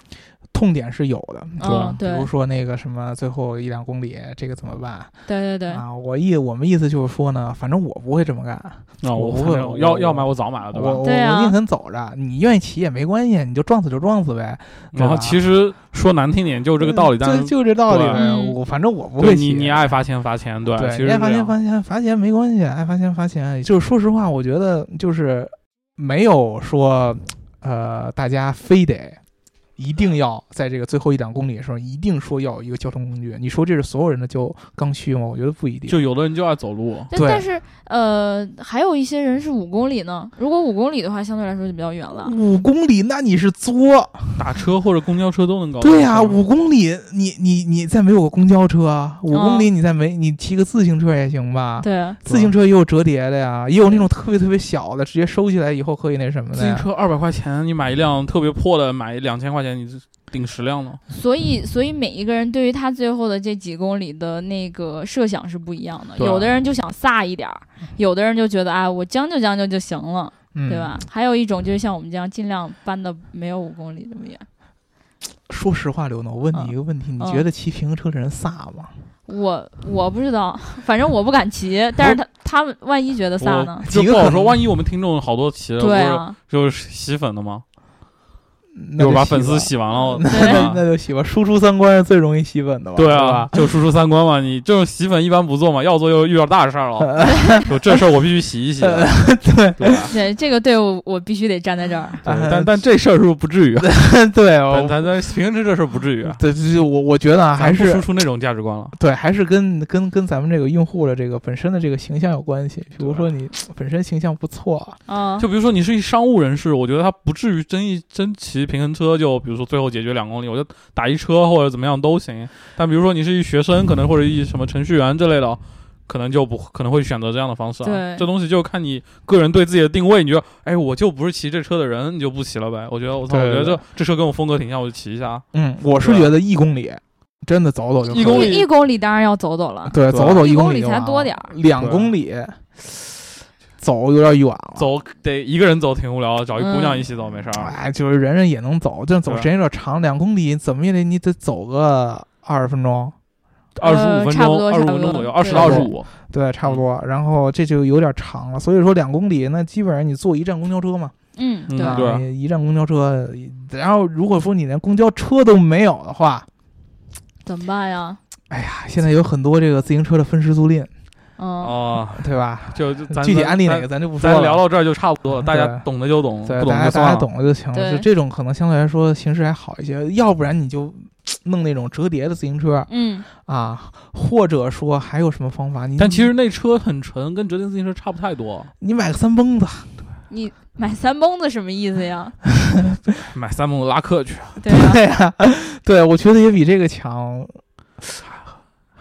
Speaker 3: 痛点是有的。
Speaker 2: 嗯，对
Speaker 3: 比如说那个什么，最后一两公里这个怎么办
Speaker 2: 对对对，
Speaker 3: 啊？我意我们意思就是说呢，反正我不会这么干，
Speaker 4: 啊，我
Speaker 3: 我不
Speaker 4: 反
Speaker 3: 会
Speaker 4: 正
Speaker 3: 我
Speaker 4: 要
Speaker 3: 我
Speaker 4: 要买我早买了，对
Speaker 3: 我
Speaker 4: 吧？
Speaker 3: 我
Speaker 2: 对啊
Speaker 3: 我宁肯走着，你愿意骑也没关系，你就撞死就撞死呗。
Speaker 4: 然后
Speaker 3: 对吧
Speaker 4: 其实说难听点，就这个道理，但
Speaker 3: 就是就这道理
Speaker 4: 对啊
Speaker 3: 呗。
Speaker 2: 嗯
Speaker 3: 我反正我不
Speaker 4: 对
Speaker 3: 会
Speaker 4: 你
Speaker 3: 骑，
Speaker 4: 你爱罚钱罚钱，对，
Speaker 3: 对，
Speaker 4: 其实
Speaker 3: 你爱
Speaker 4: 是
Speaker 3: 罚
Speaker 4: 这
Speaker 3: 钱
Speaker 4: 样
Speaker 3: 罚钱罚钱没关系，爱罚钱罚钱。就是说实话，我觉得就是没有说呃，大家非得。一定要在这个最后一两公里的时候，一定说要有一个交通工具。你说这是所有人的交刚需吗？我觉得不一定。
Speaker 4: 就有的人就爱走路，
Speaker 2: 但
Speaker 3: 对
Speaker 2: 但是呃，还有一些人是五公里呢。如果五公里的话，相对来说就比较远了。
Speaker 3: 五公里，那你是作？
Speaker 4: 打车或者公交车都能搞到。
Speaker 3: 对呀、
Speaker 4: 是吧
Speaker 3: 五公里，你你你再没有个公交车啊，五公
Speaker 4: 哦
Speaker 3: 里你再没你骑个自行车也行吧？
Speaker 2: 对，
Speaker 3: 自行车也有折叠的呀，也有那种特别特别小的，直接收起来以后可以那什么
Speaker 4: 自
Speaker 3: 的
Speaker 4: 行
Speaker 3: 呀。
Speaker 4: 车二百块钱，你买一辆特别破的，买两千块钱，你顶十辆呢。
Speaker 2: 所以所以每一个人对于他最后的这几公里的那个设想是不一样的。
Speaker 4: 对
Speaker 2: 有的人就想飒一点儿，有的人就觉得啊，我将就将就就行了，
Speaker 3: 嗯
Speaker 2: 对吧？还有一种就是像我们这样，尽量搬的没有五公里这么远。
Speaker 3: 说实话，刘能，我问
Speaker 2: 嗯
Speaker 3: 你一个问题，你
Speaker 2: 嗯
Speaker 3: 觉得骑平衡车的人飒吗？
Speaker 2: 我我不知道， 反正我不敢骑，但是他他们万一觉得飒呢？
Speaker 4: 就
Speaker 3: 几个
Speaker 4: 不好
Speaker 3: 可
Speaker 4: 说，
Speaker 3: 能
Speaker 4: 万一我们听众好多骑的，
Speaker 2: 对
Speaker 4: 不
Speaker 2: 啊，
Speaker 4: 是就是洗粉的吗？
Speaker 3: 那就
Speaker 4: 就
Speaker 3: 是
Speaker 4: 把
Speaker 3: 洗吧
Speaker 4: 粉丝，洗完了，
Speaker 2: 对
Speaker 4: 对
Speaker 3: 那
Speaker 4: 吧
Speaker 3: 那就洗吧。输出三观是最容易洗粉的吧？
Speaker 4: 对
Speaker 3: 是
Speaker 4: 啊
Speaker 3: 吧，，
Speaker 4: 就输出三观嘛，你就是洗粉一般不做嘛，要做又遇到大事 儿了，就这事儿我必须洗一洗的。对吧，
Speaker 2: 对这个队伍我必须得站在 这儿。
Speaker 4: 对但但这事儿是不是不至于啊，
Speaker 3: 对
Speaker 4: 咱
Speaker 3: 哦，
Speaker 4: 咱咱平时这事儿不至于啊，
Speaker 3: 对，这这我我觉得啊，还
Speaker 4: 咱不输
Speaker 3: 是
Speaker 4: 出那种价值观了。
Speaker 3: 对，还是跟跟跟咱们这个用户的这个本身的这个形象有关系。比如
Speaker 4: 啊
Speaker 3: 说你本身形象不错，啊
Speaker 2: 嗯，
Speaker 4: 就比如说你是一商务人士，我觉得他不至于真一真骑平衡车，就比如说最后解决两公里，我就打一车或者怎么样都行。但比如说你是一学生，可能或者一什么程序员之类的，可能就不可能会选择这样的方式啊。
Speaker 2: 对
Speaker 4: 这东西就看你个人对自己的定位，你觉得哎，我就不是骑这车的人，你就不骑了呗。我觉得我操，我
Speaker 3: 对
Speaker 4: 觉得
Speaker 3: 对
Speaker 4: 这这车跟我风格挺像，我就骑一下。
Speaker 3: 嗯，我是
Speaker 4: 对啊
Speaker 3: 觉得一公里真的走走就可以
Speaker 4: 一公里啊
Speaker 2: 一一公里当然要走走了。
Speaker 3: 对，
Speaker 4: 对
Speaker 3: 走走
Speaker 2: 一
Speaker 3: 一
Speaker 2: 公
Speaker 3: 公
Speaker 2: 里
Speaker 3: 里就
Speaker 2: 才
Speaker 3: 完
Speaker 2: 多
Speaker 3: 了
Speaker 2: 点儿
Speaker 3: 两
Speaker 4: 对啊
Speaker 3: 公里。走有点远了。
Speaker 4: 走得一个人走挺无聊的，找一姑娘
Speaker 2: 嗯
Speaker 4: 一起走没事儿。
Speaker 3: 哎，就是人人也能走，但走
Speaker 4: 啊对
Speaker 3: 时间有点长，两公里怎么也得你得走个二十分钟，
Speaker 4: 二十五分
Speaker 2: 呃差不
Speaker 4: 钟，
Speaker 2: 多
Speaker 4: 二十
Speaker 2: 差不
Speaker 4: 五分钟
Speaker 2: 多
Speaker 4: 左右，二十
Speaker 3: 对
Speaker 4: 到二十五。
Speaker 3: 对，差
Speaker 4: 嗯
Speaker 3: 不多。然后这就有点长了，所以说两公里那基本上你坐一站公交车嘛，
Speaker 2: 嗯，
Speaker 4: 嗯
Speaker 2: 对，
Speaker 3: 啊
Speaker 4: 对
Speaker 3: 你一站公交车。然后如果说你连公交车都没有的话，
Speaker 2: 怎么办呀？
Speaker 3: 哎呀，现在有很多这个自行车的分时租赁，
Speaker 2: 嗯，
Speaker 4: 哦，
Speaker 3: 对吧？
Speaker 4: 就就咱
Speaker 3: 具体
Speaker 4: 咱
Speaker 3: 案例哪
Speaker 4: 咱
Speaker 3: 个咱就不说
Speaker 4: 咱
Speaker 3: 了，
Speaker 4: 聊到这儿就差不多了，大家
Speaker 3: 对
Speaker 4: 懂的就懂，
Speaker 3: 对
Speaker 4: 不懂
Speaker 3: 大家
Speaker 4: 就
Speaker 3: 大
Speaker 4: 算
Speaker 3: 家
Speaker 4: 了。
Speaker 3: 懂了就行了。就
Speaker 2: 对
Speaker 3: 这种可能相对来说形式还好一些，要不然你就弄那种折叠的自行车
Speaker 2: 嗯，
Speaker 3: 啊，或者说还有什么方法？你
Speaker 4: 但其实那车很沉，跟折叠自行车差不太多。
Speaker 3: 你买个三 蹦子，
Speaker 2: 你买三蹦子什么意思呀？
Speaker 4: 买三蹦拉客去，
Speaker 2: 对啊呀、
Speaker 3: 对呀、 对我觉得也比这个强。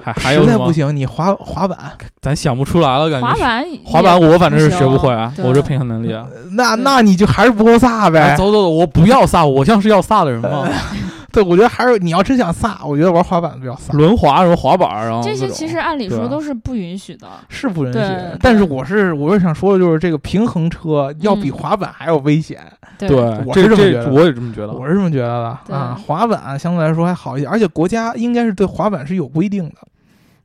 Speaker 4: 还还有
Speaker 3: 实
Speaker 4: 什
Speaker 3: 在不
Speaker 4: 么？
Speaker 3: 行，你滑滑板，
Speaker 4: 咱想不出来了，感觉
Speaker 2: 滑
Speaker 4: 是。
Speaker 2: 板
Speaker 4: 滑
Speaker 2: 也
Speaker 4: 板我反正是
Speaker 2: 不
Speaker 4: 学不
Speaker 2: 行
Speaker 4: 会啊，
Speaker 2: 对
Speaker 4: 我这平衡能力啊。
Speaker 3: 那
Speaker 2: 对
Speaker 3: 那你就还是不够飒
Speaker 4: 哎，
Speaker 3: 呗。
Speaker 4: 走走走，我不要飒，我像是要飒的人吗？
Speaker 3: 对，我觉得还是你要真想飒，我觉得玩滑板比较飒，
Speaker 4: 轮滑什么滑板儿，然后
Speaker 2: 这
Speaker 4: 各
Speaker 2: 些
Speaker 4: 种
Speaker 2: 其实按理
Speaker 4: 对
Speaker 2: 说
Speaker 4: 啊
Speaker 2: 都是不允许的。
Speaker 3: 是不允许
Speaker 2: 对
Speaker 3: 的
Speaker 2: 对。
Speaker 3: 但是我是我是想说的就是这个平衡车要比
Speaker 2: 嗯
Speaker 3: 滑板还要危险，
Speaker 2: 对
Speaker 4: 对，
Speaker 3: 我是
Speaker 4: 这
Speaker 3: 这么觉
Speaker 4: 这
Speaker 3: 得
Speaker 4: 我也这么觉得。
Speaker 3: 我是这么觉得的
Speaker 2: 对
Speaker 3: 啊。滑板相对来说还好一些，而且国家应该是对滑板是有规定的。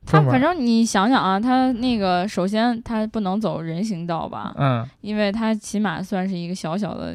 Speaker 2: 他
Speaker 3: 专门
Speaker 2: 反正你想想啊，他那个首先他不能走人行道吧，
Speaker 3: 嗯，
Speaker 2: 因为他起码算是一个小小的，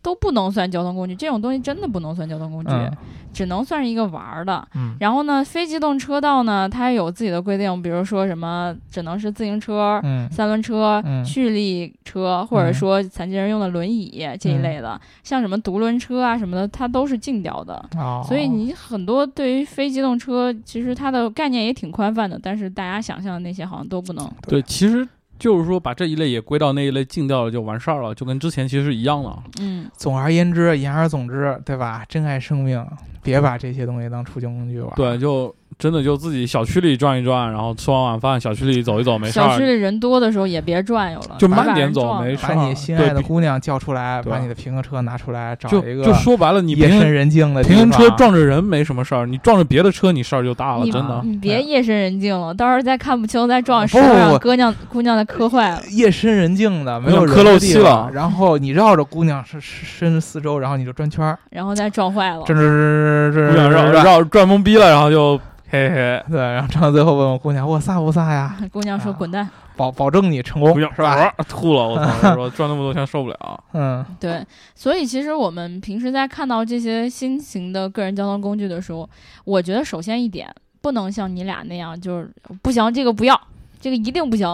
Speaker 2: 都不能算交通工具，这种东西真的不能算交通工具，
Speaker 3: 嗯
Speaker 2: 只能算是一个玩儿的。
Speaker 3: 嗯
Speaker 2: 然后呢，非机动车道呢，它有自己的规定，比如说什么只能是自行车、
Speaker 3: 嗯
Speaker 2: 三轮车、
Speaker 3: 嗯
Speaker 2: 蓄力车，或者说残疾人用的轮椅这
Speaker 3: 嗯
Speaker 2: 一类的，像什么独轮车啊什么的，它都是禁掉的。
Speaker 3: 哦，
Speaker 2: 所以你很多对于非机动车，其实它的概念也挺宽泛的，但是大家想象的那些好像都不
Speaker 3: 哦
Speaker 2: 能。
Speaker 4: 对，其实就是说把这一类也归到那一类禁掉了就完事儿了，就跟之前其实是一样
Speaker 3: 啊
Speaker 4: 的。
Speaker 2: 嗯，
Speaker 3: 总而言之，言而总之，对吧？珍爱生命，别把这些东西当出行工具玩。
Speaker 4: 对，就真的就自己小区里转一转，然后吃完晚饭小区里走一走没事
Speaker 2: 小区
Speaker 4: 儿，
Speaker 2: 里人多的时候也别转悠了，
Speaker 4: 就
Speaker 2: 别把
Speaker 4: 慢点
Speaker 2: 人
Speaker 4: 走
Speaker 2: 撞
Speaker 4: 没
Speaker 2: 了
Speaker 4: 事
Speaker 3: 把你心爱的姑娘叫出来，
Speaker 4: 对啊
Speaker 3: 把你的平衡车拿出来，找
Speaker 4: 就
Speaker 3: 一个
Speaker 4: 就说白了，你
Speaker 3: 夜
Speaker 4: 平
Speaker 3: 深
Speaker 4: 衡
Speaker 3: 人静的地
Speaker 4: 平
Speaker 3: 方
Speaker 4: 衡车，撞着人没什么事儿，你撞着别的车你事儿就大了，
Speaker 2: 你
Speaker 4: 真的。
Speaker 2: 你嗯别夜深人静了，到时候再看不清再
Speaker 4: 啊
Speaker 2: 撞，
Speaker 3: 不
Speaker 2: 是
Speaker 3: 不
Speaker 2: 让
Speaker 3: 不
Speaker 2: 姑娘姑娘再磕坏了。
Speaker 3: 夜深人静的，没有
Speaker 4: 有
Speaker 3: 人
Speaker 4: 磕
Speaker 3: 的
Speaker 4: 漏
Speaker 3: 地
Speaker 4: 气
Speaker 3: 方
Speaker 4: 了
Speaker 3: 然后你绕着姑娘身身四周，然后你就转圈儿，
Speaker 2: 然后再撞坏了。
Speaker 3: 转转转
Speaker 4: 不
Speaker 3: 转转
Speaker 4: 想哦绕
Speaker 3: 转转。
Speaker 4: 绕转懵逼了，然后就嘿嘿，
Speaker 3: 对，然后转到最后问我姑娘，我飒不飒呀？
Speaker 2: 姑娘说：“
Speaker 3: 啊
Speaker 2: 滚蛋
Speaker 3: 保保证你成功
Speaker 4: 不要
Speaker 3: 哦是吧？？
Speaker 4: 吐了，我操！我说赚那么多钱受不了。
Speaker 3: 嗯！”
Speaker 2: 对，所以其实我们平时在看到这些新型的个人交通工具的时候，我觉得首先一点，不能像你俩那样，就是不行，这个不要，这个一定不行。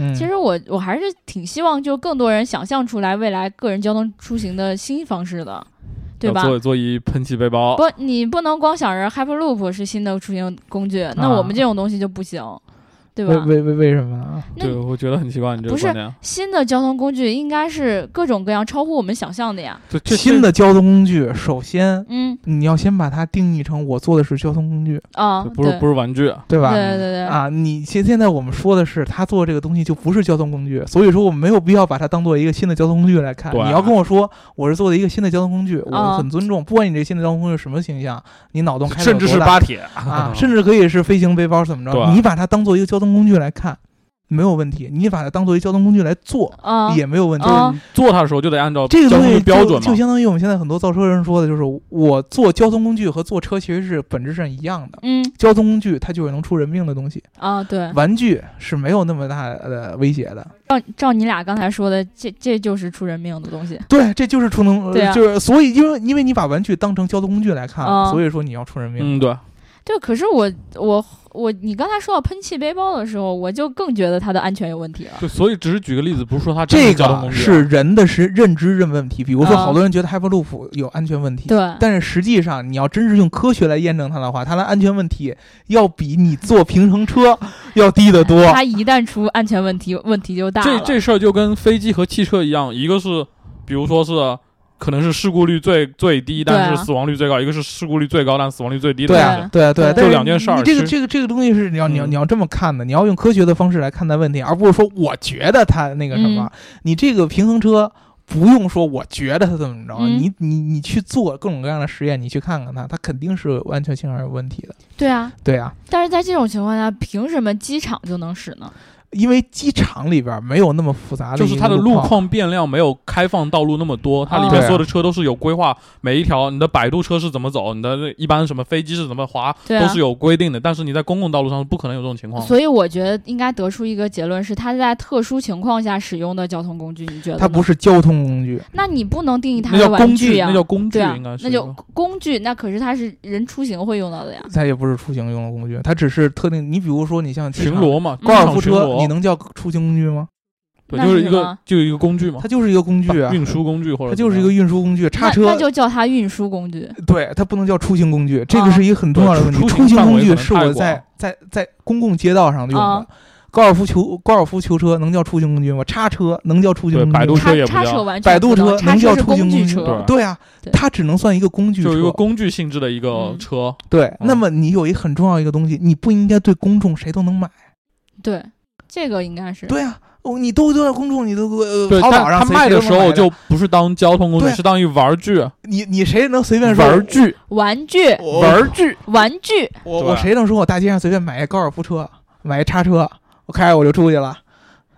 Speaker 3: 嗯，
Speaker 2: 其实我我还是挺希望，就更多人想象出来未来个人交通出行的新方式的， 对
Speaker 4: 要
Speaker 2: 吧？
Speaker 4: 做做一喷气背包，
Speaker 2: 不，你不能光想着 Hyperloop 是新的出行工
Speaker 4: 啊
Speaker 2: 具，那我们这种东西就不行，对吧
Speaker 3: 为？为为为什么啊？
Speaker 2: 那
Speaker 4: 对，我觉得很奇怪，你这个
Speaker 2: 不是
Speaker 4: 观点。
Speaker 2: 新的交通工具应该是各种各样超乎我们想象的呀。
Speaker 4: 就这
Speaker 3: 新的交通工具，首先
Speaker 2: 嗯
Speaker 3: 你要先把它定义成我做的是交通工具，
Speaker 2: 啊，
Speaker 4: 不是
Speaker 2: 对
Speaker 4: 不是玩具，
Speaker 3: 对吧？
Speaker 2: 对对对，
Speaker 3: 啊，你现现在我们说的是他做这个东西就不是交通工具，所以说我们没有必要把它当做一个新的交通工具来看。
Speaker 4: 对
Speaker 3: 你要跟我说我是做的一个新的交通工具，我
Speaker 2: 啊
Speaker 3: 很尊重。不管你这个新的交通工具是什么形象，你脑洞开得
Speaker 4: 甚
Speaker 3: 有
Speaker 4: 至
Speaker 3: 多
Speaker 4: 是
Speaker 3: 大
Speaker 4: 巴铁
Speaker 3: 啊，甚至可以是飞行背包是怎么着，
Speaker 4: 对啊
Speaker 3: 你把它当做一个交通工具来看没有问题，你把它当做一个交通工具来做、
Speaker 2: 啊，
Speaker 3: 也没有问题。
Speaker 4: 哦
Speaker 2: 啊
Speaker 4: 做它的时候就得按照
Speaker 3: 这个
Speaker 4: 交
Speaker 3: 东
Speaker 4: 通
Speaker 3: 西
Speaker 4: 的标
Speaker 3: 就
Speaker 4: 准嘛
Speaker 3: 就。相当于我们现在很多造车人说的，就是我做交通工具和做车其实是本质上一样的。
Speaker 2: 嗯
Speaker 3: 交通工具它就是能出人命的东西，
Speaker 2: 啊，
Speaker 4: 嗯
Speaker 2: 对，
Speaker 3: 玩具是没有那么大的威胁的。
Speaker 2: 照照你俩刚才说的，这这就是出人命的东西。
Speaker 3: 对，这就是出能，呃
Speaker 2: 对啊
Speaker 3: 就是所以因为因为你把玩具当成交通工具来看，
Speaker 2: 啊
Speaker 3: 所以说你要出人命。
Speaker 4: 嗯，对，
Speaker 2: 对，可是我我我，你刚才说到喷气背包的时候，我就更觉得它的安全有问题了。
Speaker 4: 就所以只是举个例子，不是说它真的
Speaker 3: 这
Speaker 4: 交通工
Speaker 3: 个
Speaker 4: 具啊
Speaker 3: 是人的是认知认问题，比如说
Speaker 2: 啊
Speaker 3: 好多人觉得 Hyperloop 有安全问题，
Speaker 2: 对，
Speaker 3: 但是实际上你要真是用科学来验证它的话，它的安全问题要比你坐平衡车要低得多。
Speaker 2: 它一旦出安全问题，问题就大
Speaker 4: 这
Speaker 2: 了。
Speaker 4: 这事儿就跟飞机和汽车一样，一个是比如说是可能是事故率最最低，
Speaker 2: 对啊
Speaker 4: 但是死亡率最高；一个是事故率最高，但死亡率最低的
Speaker 3: 对
Speaker 4: 东西。
Speaker 3: 啊，对啊，对
Speaker 2: 对
Speaker 3: 啊，但是
Speaker 4: 就两件事儿
Speaker 3: 你这个
Speaker 4: 其
Speaker 3: 这
Speaker 4: 实
Speaker 3: 个这个东西是你要你要
Speaker 4: 嗯
Speaker 3: 你要这么看的，你要用科学的方式来看待问题，而不是说我觉得它那个什么。你这个平衡车不用说我觉得它怎么着，
Speaker 2: 嗯
Speaker 3: 你你你去做各种各样的实验，你去看看它，它肯定是有安全性上有问题的。
Speaker 2: 对啊，
Speaker 3: 对啊，
Speaker 2: 但是在这种情况下，凭什么机场就能使呢？
Speaker 3: 因为机场里边儿没有那么复杂的
Speaker 4: 就
Speaker 3: 一个，
Speaker 4: 是它的路况变量没有开放道路那么多，它里
Speaker 2: 哦
Speaker 3: 啊
Speaker 4: 面所有的车都是有规划，每一条你的摆渡车是怎么走，你的那一般什么飞机是怎么滑，
Speaker 2: 对啊
Speaker 4: 都是有规定的。但是你在公共道路上是不可能有这种情况的。
Speaker 2: 所以我觉得应该得出一个结论是，它在特殊情况下使用的交通工具，你觉得？
Speaker 3: 它不
Speaker 2: 是，
Speaker 3: 是交通工具，
Speaker 2: 那你不能定义它
Speaker 4: 那
Speaker 2: 为
Speaker 4: 叫
Speaker 2: 玩
Speaker 4: 工
Speaker 2: 具
Speaker 4: 具，
Speaker 2: 呀、
Speaker 4: 那叫工具，
Speaker 2: 对啊
Speaker 4: 应该，是
Speaker 2: 那就工具，那可是它是人出行会用到的呀。
Speaker 3: 它也不是出行用的工具，它只是特定。你比如说，你像机
Speaker 4: 巡
Speaker 3: 场、
Speaker 4: 逻嘛，
Speaker 3: 高尔
Speaker 4: 机场
Speaker 3: 夫
Speaker 4: 巡
Speaker 3: 车，
Speaker 4: 逻哦
Speaker 3: 你能叫出行工具吗？
Speaker 4: 对，
Speaker 2: 那
Speaker 4: 就是是一
Speaker 2: 什
Speaker 4: 个
Speaker 2: 么
Speaker 4: 就是一个工具嘛，
Speaker 3: 它就是一个工具啊，
Speaker 4: 运输工具或者
Speaker 3: 它就是一个运输工具。叉
Speaker 2: 那，
Speaker 3: 车
Speaker 2: 那就叫它运输工具。
Speaker 3: 对它不能叫出行工具，这
Speaker 2: 啊
Speaker 3: 个是一个很重要的问题。
Speaker 4: 对出
Speaker 3: 出
Speaker 4: 出行
Speaker 3: 行
Speaker 4: 范
Speaker 3: 工
Speaker 4: 围
Speaker 3: 具
Speaker 4: 可能
Speaker 3: 是
Speaker 4: 太
Speaker 3: 我
Speaker 4: 广
Speaker 3: 在在在公共街道上用
Speaker 2: 啊
Speaker 3: 的。高尔夫球高尔夫球车能叫出行工具吗？叉车能叫出行
Speaker 4: 对
Speaker 3: 工具吗？
Speaker 4: 摆渡
Speaker 2: 叉
Speaker 4: 车也不
Speaker 2: 叉
Speaker 4: 叫
Speaker 2: 车完全
Speaker 3: 摆渡
Speaker 2: 不能
Speaker 3: 车
Speaker 2: 叉
Speaker 3: 能叫
Speaker 2: 是
Speaker 3: 出
Speaker 2: 工
Speaker 3: 行
Speaker 2: 具
Speaker 3: 工具
Speaker 2: 车，
Speaker 4: 对
Speaker 3: 对啊
Speaker 2: 对，
Speaker 3: 它只能算一个工具
Speaker 4: 具，就是一个
Speaker 3: 车。
Speaker 4: 工具性质的一个
Speaker 2: 嗯
Speaker 4: 车。
Speaker 3: 对，那
Speaker 4: 嗯
Speaker 3: 么你有一个很重要一个东西，你不应该对公众谁都能买。
Speaker 2: 对，这个应该是
Speaker 3: 对啊，哦，你都都在公众，你都呃
Speaker 4: 对，
Speaker 3: 淘
Speaker 4: 但
Speaker 3: 宝上
Speaker 4: 他
Speaker 3: 谁
Speaker 4: 卖
Speaker 3: 谁都
Speaker 4: 的
Speaker 3: 能
Speaker 4: 时候
Speaker 3: 买
Speaker 4: 就不是当交通工具，
Speaker 3: 对
Speaker 4: 是当一玩具，
Speaker 3: 你你谁能随便说
Speaker 4: 玩具，
Speaker 2: 玩具，
Speaker 3: 我
Speaker 4: 玩具。
Speaker 2: 玩具，
Speaker 3: 我
Speaker 4: 对
Speaker 3: 我谁能说我大街上随便买一高尔夫车，买一叉车，我开着我就出去了？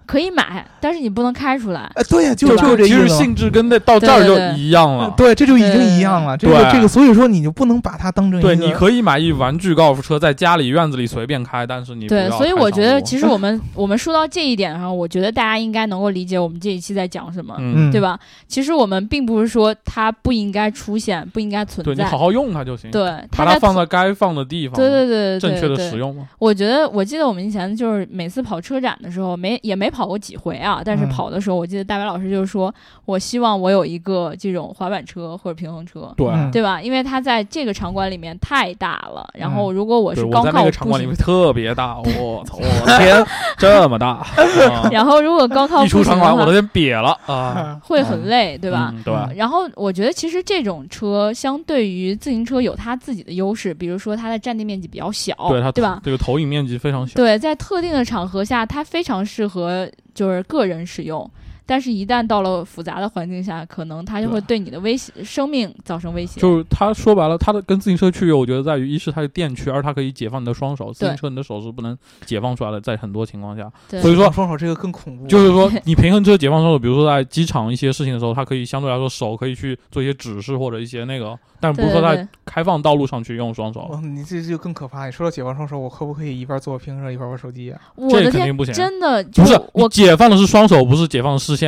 Speaker 2: 可以买，但是你不能开出来。
Speaker 3: 呃，对呀、就
Speaker 4: 就
Speaker 3: 就这
Speaker 4: 其
Speaker 3: 意
Speaker 4: 实
Speaker 3: 思嘛。
Speaker 4: 性质跟那到这儿
Speaker 2: 对对
Speaker 4: 就
Speaker 2: 对
Speaker 4: 一样
Speaker 3: 呃
Speaker 4: 了。
Speaker 3: 对，这就已
Speaker 2: 对
Speaker 3: 经
Speaker 2: 对
Speaker 3: 一
Speaker 2: 对
Speaker 3: 样了。这个
Speaker 4: 对
Speaker 3: 这个，所以说你就不能把它当成一
Speaker 4: 对，
Speaker 3: 个
Speaker 4: 你可以买一玩具高尔夫车，在家里院子里随便开，但是你不
Speaker 2: 对，
Speaker 4: 要
Speaker 2: 所以
Speaker 4: 开
Speaker 2: 我
Speaker 4: 上
Speaker 2: 觉得
Speaker 4: 路
Speaker 2: 其实我们我们说到这一点上，我觉得大家应该能够理解我们这一期在讲什么，
Speaker 4: 嗯，
Speaker 3: 嗯，
Speaker 2: 对？吧？其实我们并不是说它不应该出现，不应该存
Speaker 4: 对你
Speaker 2: 在，
Speaker 4: 好好用它就行，，
Speaker 2: 对
Speaker 4: 把
Speaker 2: 在
Speaker 4: 它放。在该放的地方，
Speaker 2: 对对对对，
Speaker 4: 正确的
Speaker 2: 对
Speaker 4: 使。用嘛。
Speaker 2: 我觉得，我记得我们以前就是每次跑车展的时候，没也没跑过几回啊。但是
Speaker 3: 嗯
Speaker 2: 跑的时候，我记得大白老师就说，我希望我有一个这种滑板车或者平衡车，
Speaker 4: 对，
Speaker 3: 嗯
Speaker 2: 对吧？因为它在这个场馆里面太大了，然后
Speaker 3: 嗯
Speaker 2: 如果我
Speaker 4: 对
Speaker 2: 是
Speaker 4: 我
Speaker 2: 高
Speaker 4: 在
Speaker 2: 靠
Speaker 4: 那
Speaker 2: 步
Speaker 4: 个场馆里
Speaker 2: 行
Speaker 4: 面特 别大，我操，我的天，这么大，啊
Speaker 2: 然后如果高靠
Speaker 4: 一出
Speaker 2: 步行
Speaker 4: 场
Speaker 2: 的
Speaker 4: 馆我
Speaker 2: 话
Speaker 4: 都，先瘪了啊，
Speaker 2: 会很累，对吧？
Speaker 4: 嗯对
Speaker 3: 嗯
Speaker 2: 然后我觉得其实这种车相对于自行车有它自己的优势，比如说它的占地面积比较小，
Speaker 4: 对它
Speaker 2: 哦吧？
Speaker 4: 这个投影面积非常小，
Speaker 2: 对，在特定的场合下，它非常适合就是个人使用。但是，一旦到了复杂的环境下，可能它就会对你的威胁、生命造成威胁。
Speaker 4: 就是它说白了，它的跟自行车区别，我觉得在于一是它的电驱，二它可以解放你的双手，自
Speaker 2: 对嗯
Speaker 4: 行车你的手是不能解放出来的，在很多情况下，
Speaker 2: 对
Speaker 4: 所以说
Speaker 3: 双手这个更恐怖。
Speaker 4: 就是 说，你平衡车解放双手，比如说在机场一些事情的时候，它可以相对来说手可以去做一些指示或者一些那个，但不
Speaker 2: 对
Speaker 4: 是说
Speaker 2: 对
Speaker 4: 在
Speaker 2: 对，
Speaker 4: 开放道路上去用双手
Speaker 3: 哇，。你这就更可怕。你说到解放双手，我可不可以一边做平衡车一边玩手机啊？
Speaker 2: 我的
Speaker 4: 肯定
Speaker 2: 天
Speaker 4: 不，行
Speaker 2: 真的
Speaker 4: 不，
Speaker 2: 就是
Speaker 4: 你
Speaker 2: 我，
Speaker 4: 解放的是双手，不是解放的视线。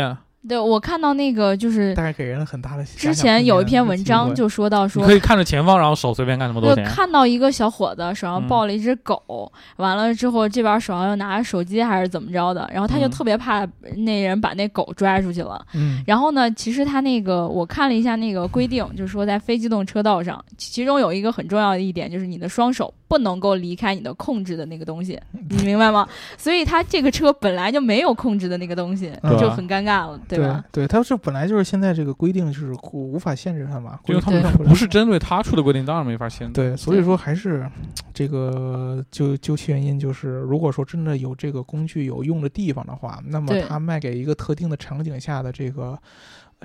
Speaker 2: 对我看到那个就是
Speaker 3: 但是给人很大的遐想空
Speaker 2: 之
Speaker 3: 间。
Speaker 2: 前有一篇文章
Speaker 3: 就。
Speaker 2: 就说到
Speaker 4: 你
Speaker 2: 说
Speaker 4: 可，以看着前方，然后手随便干什么都
Speaker 2: 就
Speaker 4: 行。
Speaker 2: 看到一个小伙子手上
Speaker 4: 嗯
Speaker 2: 抱了一只狗，完了之后这边手上又拿着手机还是怎么着的，然后他就
Speaker 4: 嗯
Speaker 2: 特别怕那人把那狗拽出去了。
Speaker 3: 嗯
Speaker 2: 然后呢，其实他那个我看了一下那个规定，就是说在非机动车道上，其其中有一个很重要的一点就是你的双手不能够离开你的控制的那个东西，你明白吗？所以他这个车本来就没有控制的那个东西，
Speaker 3: 对啊
Speaker 2: 就很尴尬了，对吧？
Speaker 3: 对，它是本来就是现在这个规定就是无法限制它嘛，
Speaker 4: 因为他
Speaker 2: 们
Speaker 3: 规定不了
Speaker 4: 不是针对他出的规定，当然没法限
Speaker 2: 嗯
Speaker 4: 制。
Speaker 3: 对，所以说还是这个就究其原因就是，如果说真的有这个工具有用的地方的话，那么
Speaker 2: 对
Speaker 3: 它卖给一个特定的场景下的这个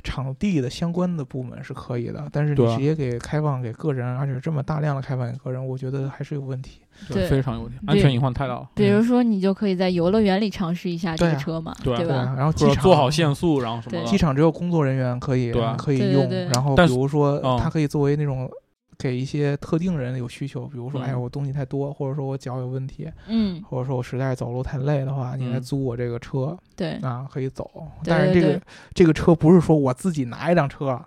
Speaker 3: 场地的相关的部门是可以的，但是
Speaker 4: 对
Speaker 3: 你
Speaker 4: 啊
Speaker 3: 直接给开放给个人，而且这么大量的开放给个人，我觉得还是有问题。
Speaker 2: 对
Speaker 4: 非常有点
Speaker 2: 对
Speaker 4: 安全隐患太大了。
Speaker 2: 比如说，你就可以在游乐园里尝试一下这
Speaker 3: 对
Speaker 2: 个
Speaker 3: 啊
Speaker 2: 车嘛，
Speaker 4: 对啊
Speaker 2: 对
Speaker 3: 对
Speaker 2: 吧
Speaker 3: 啊，？然后
Speaker 4: 或
Speaker 3: 机
Speaker 4: 者
Speaker 3: 场
Speaker 4: 做好限速，然后什么
Speaker 2: 对
Speaker 4: 的
Speaker 3: 机。场只有工作人员可以
Speaker 4: 对啊
Speaker 3: 可以
Speaker 2: 对对
Speaker 3: 用
Speaker 2: 对，
Speaker 3: 然后
Speaker 4: 但
Speaker 3: 比
Speaker 4: 是
Speaker 3: 如说
Speaker 4: 嗯
Speaker 3: 它可以作为那种给一些特定人有需求，比如说
Speaker 4: 嗯
Speaker 3: 哎我东西太多，或者说我脚有问题，
Speaker 2: 嗯，
Speaker 3: 或者说我实在是走路太累的话，你来
Speaker 4: 嗯哎
Speaker 3: 租我这个车
Speaker 2: 对。
Speaker 3: 啊可以走。
Speaker 2: 对
Speaker 3: 但是这
Speaker 2: 对
Speaker 3: 个这个车不是说我自己拿一辆车，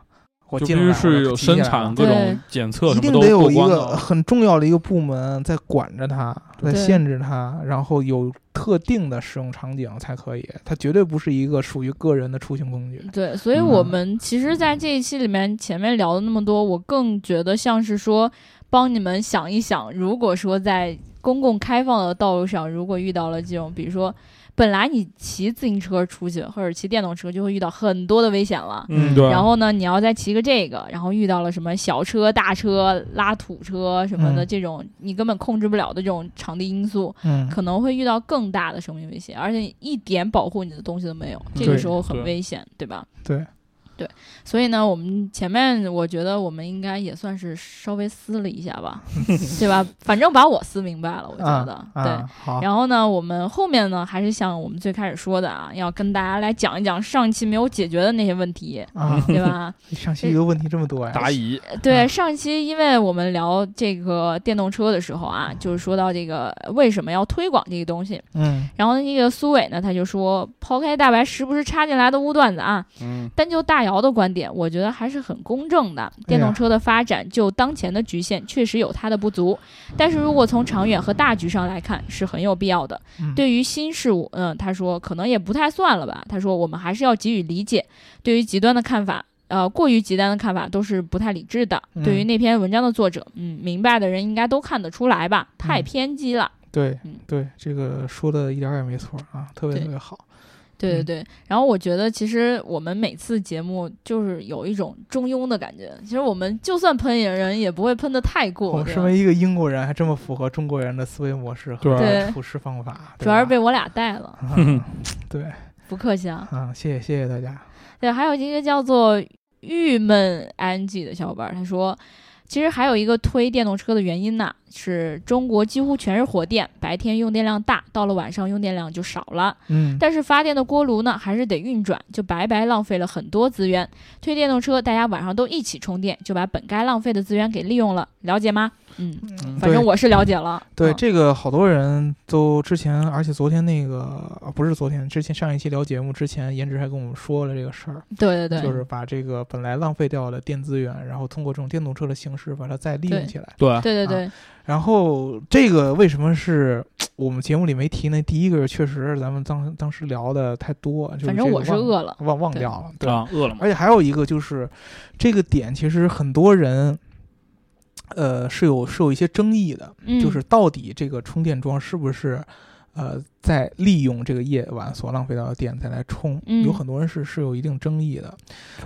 Speaker 3: 我
Speaker 4: 就必
Speaker 3: 进来
Speaker 4: 须
Speaker 3: 我
Speaker 4: 是
Speaker 3: 就
Speaker 4: 有
Speaker 3: 骑进
Speaker 4: 生
Speaker 3: 来
Speaker 4: 产
Speaker 3: 了
Speaker 4: 各
Speaker 2: 对
Speaker 4: 种检测
Speaker 3: 一
Speaker 4: 什么
Speaker 3: 定
Speaker 4: 都
Speaker 3: 得有
Speaker 4: 过
Speaker 3: 一
Speaker 4: 关
Speaker 3: 个
Speaker 4: 的。啊
Speaker 3: 很重要的一个部门在管着它，在
Speaker 2: 对
Speaker 3: 限制它，然后有特定的使用场景才可以。它绝对不是一个属于个人的出行工具。
Speaker 2: 对，所以
Speaker 4: 嗯
Speaker 2: 我们其实，在这一期里面，前面聊的那么多，我更觉得像是说，帮你们想一想，如果说在公共开放的道路上，如果遇到了这种，比如说，本来你骑自行车出去或者骑电动车，就会遇到很多的危险了。
Speaker 4: 嗯，对。
Speaker 2: 然后呢，你要再骑个这个，然后遇到了什么小车、大车、拉土车什么的
Speaker 3: 嗯
Speaker 2: 这种，你根本控制不了的这种场地因素，
Speaker 3: 嗯，
Speaker 2: 可能会遇到更大的生命危险，而且一点保护你的东西都没有，这个
Speaker 3: 嗯对
Speaker 2: 时候很
Speaker 4: 对
Speaker 2: 危险，对吧？
Speaker 3: 对，
Speaker 2: 所以呢，我们前面我觉得我们应该也算是稍微撕了一下 吧，对吧？反正把我撕明白了，我觉得、
Speaker 3: 啊
Speaker 2: 对。
Speaker 3: 啊、好，
Speaker 2: 然后呢，我们后面呢，还是像我们最开始说的啊，要跟大家来讲一讲上期没有解决的那些问 题，
Speaker 3: 啊，
Speaker 2: 对吧？
Speaker 3: 上期一个问题这么多呀、
Speaker 4: 嗯答疑，
Speaker 2: 呃
Speaker 3: 嗯
Speaker 2: 对，上期因为我们聊这个电动车的时候啊，就是说到这个为什么要推广这个东西，
Speaker 3: 嗯
Speaker 2: 然后那个苏伟呢，他就说，抛开大白时不时插进来的污段子啊，
Speaker 4: 嗯，
Speaker 2: 单就大姚的观点，我觉得还是很公正的。电动车的发展，就当前的局限，确实有它的不足，
Speaker 3: 嗯
Speaker 2: 但是如果从长远和大局上来看，是很有必要的。
Speaker 3: 嗯，
Speaker 2: 对于新事物，嗯，他说可能也不太算了吧。他说我们还是要给予理解，对于极端的看法。呃，过于极端的看法都是不太理智的。
Speaker 3: 嗯
Speaker 2: 对于那篇文章的作者，嗯，明白的人应该都看得出来吧？太
Speaker 3: 嗯
Speaker 2: 偏激了。
Speaker 3: 对
Speaker 2: 嗯
Speaker 3: 对，这个说的一点儿也没错啊，特别
Speaker 2: 对
Speaker 3: 特别好。
Speaker 2: 对对
Speaker 3: 嗯
Speaker 2: 对，然后我觉得其实我们每次节目就是有一种中庸的感觉。其实我们就算喷人，也不会喷的太过。
Speaker 3: 我
Speaker 2: 对吧
Speaker 3: 身哦为一个英国人，还这么符合中国人的思维模式和
Speaker 4: 对啊
Speaker 3: 处事方法，对
Speaker 2: 主要是
Speaker 3: 吧
Speaker 2: 被我俩带了，
Speaker 3: 嗯对
Speaker 2: 不客气啊。
Speaker 3: 啊，谢谢谢谢大家。
Speaker 2: 对，还有一个叫做郁闷 Angie 的小伙伴，他说，其实还有一个推电动车的原因呢，是中国几乎全是火电，白天用电量大，到了晚上用电量就少了。
Speaker 3: 嗯，
Speaker 2: 但是发电的锅炉呢，还是得运转，就白白浪费了很多资源。推电动车，大家晚上都一起充电，就把本该浪费的资源给利用了，了解吗？嗯，
Speaker 4: 嗯
Speaker 2: 反正我是了解了。
Speaker 3: 对
Speaker 2: 嗯
Speaker 3: 这个，好多人都之前，而且昨天那个啊不是昨天，之前上一期聊节目之前，颜值还跟我们说了这个事儿，
Speaker 2: 对对
Speaker 3: 就
Speaker 2: 对，
Speaker 3: 是把这个本来浪费掉的电资源，然后通过这种电动车的形式把它再利
Speaker 2: 对
Speaker 3: 用起来。
Speaker 4: 对，
Speaker 2: 对对对，
Speaker 3: 然后这个为什么是我们节目里没提呢？第一个确实咱们当当时聊的太多，就是
Speaker 2: 反正
Speaker 3: 这个
Speaker 2: 我是
Speaker 3: 忘
Speaker 2: 饿了。
Speaker 3: 忘忘
Speaker 2: 对
Speaker 3: 掉了，对
Speaker 4: 啊，饿了嘛，
Speaker 3: 而且还有一个就是，这个点其实很多人，呃，是有是有一些争议的，
Speaker 2: 嗯，
Speaker 3: 就是到底这个充电桩是不是，呃，在利用这个夜晚所浪费到的电再来充，
Speaker 2: 嗯
Speaker 3: 有很多人是是有一定争议的，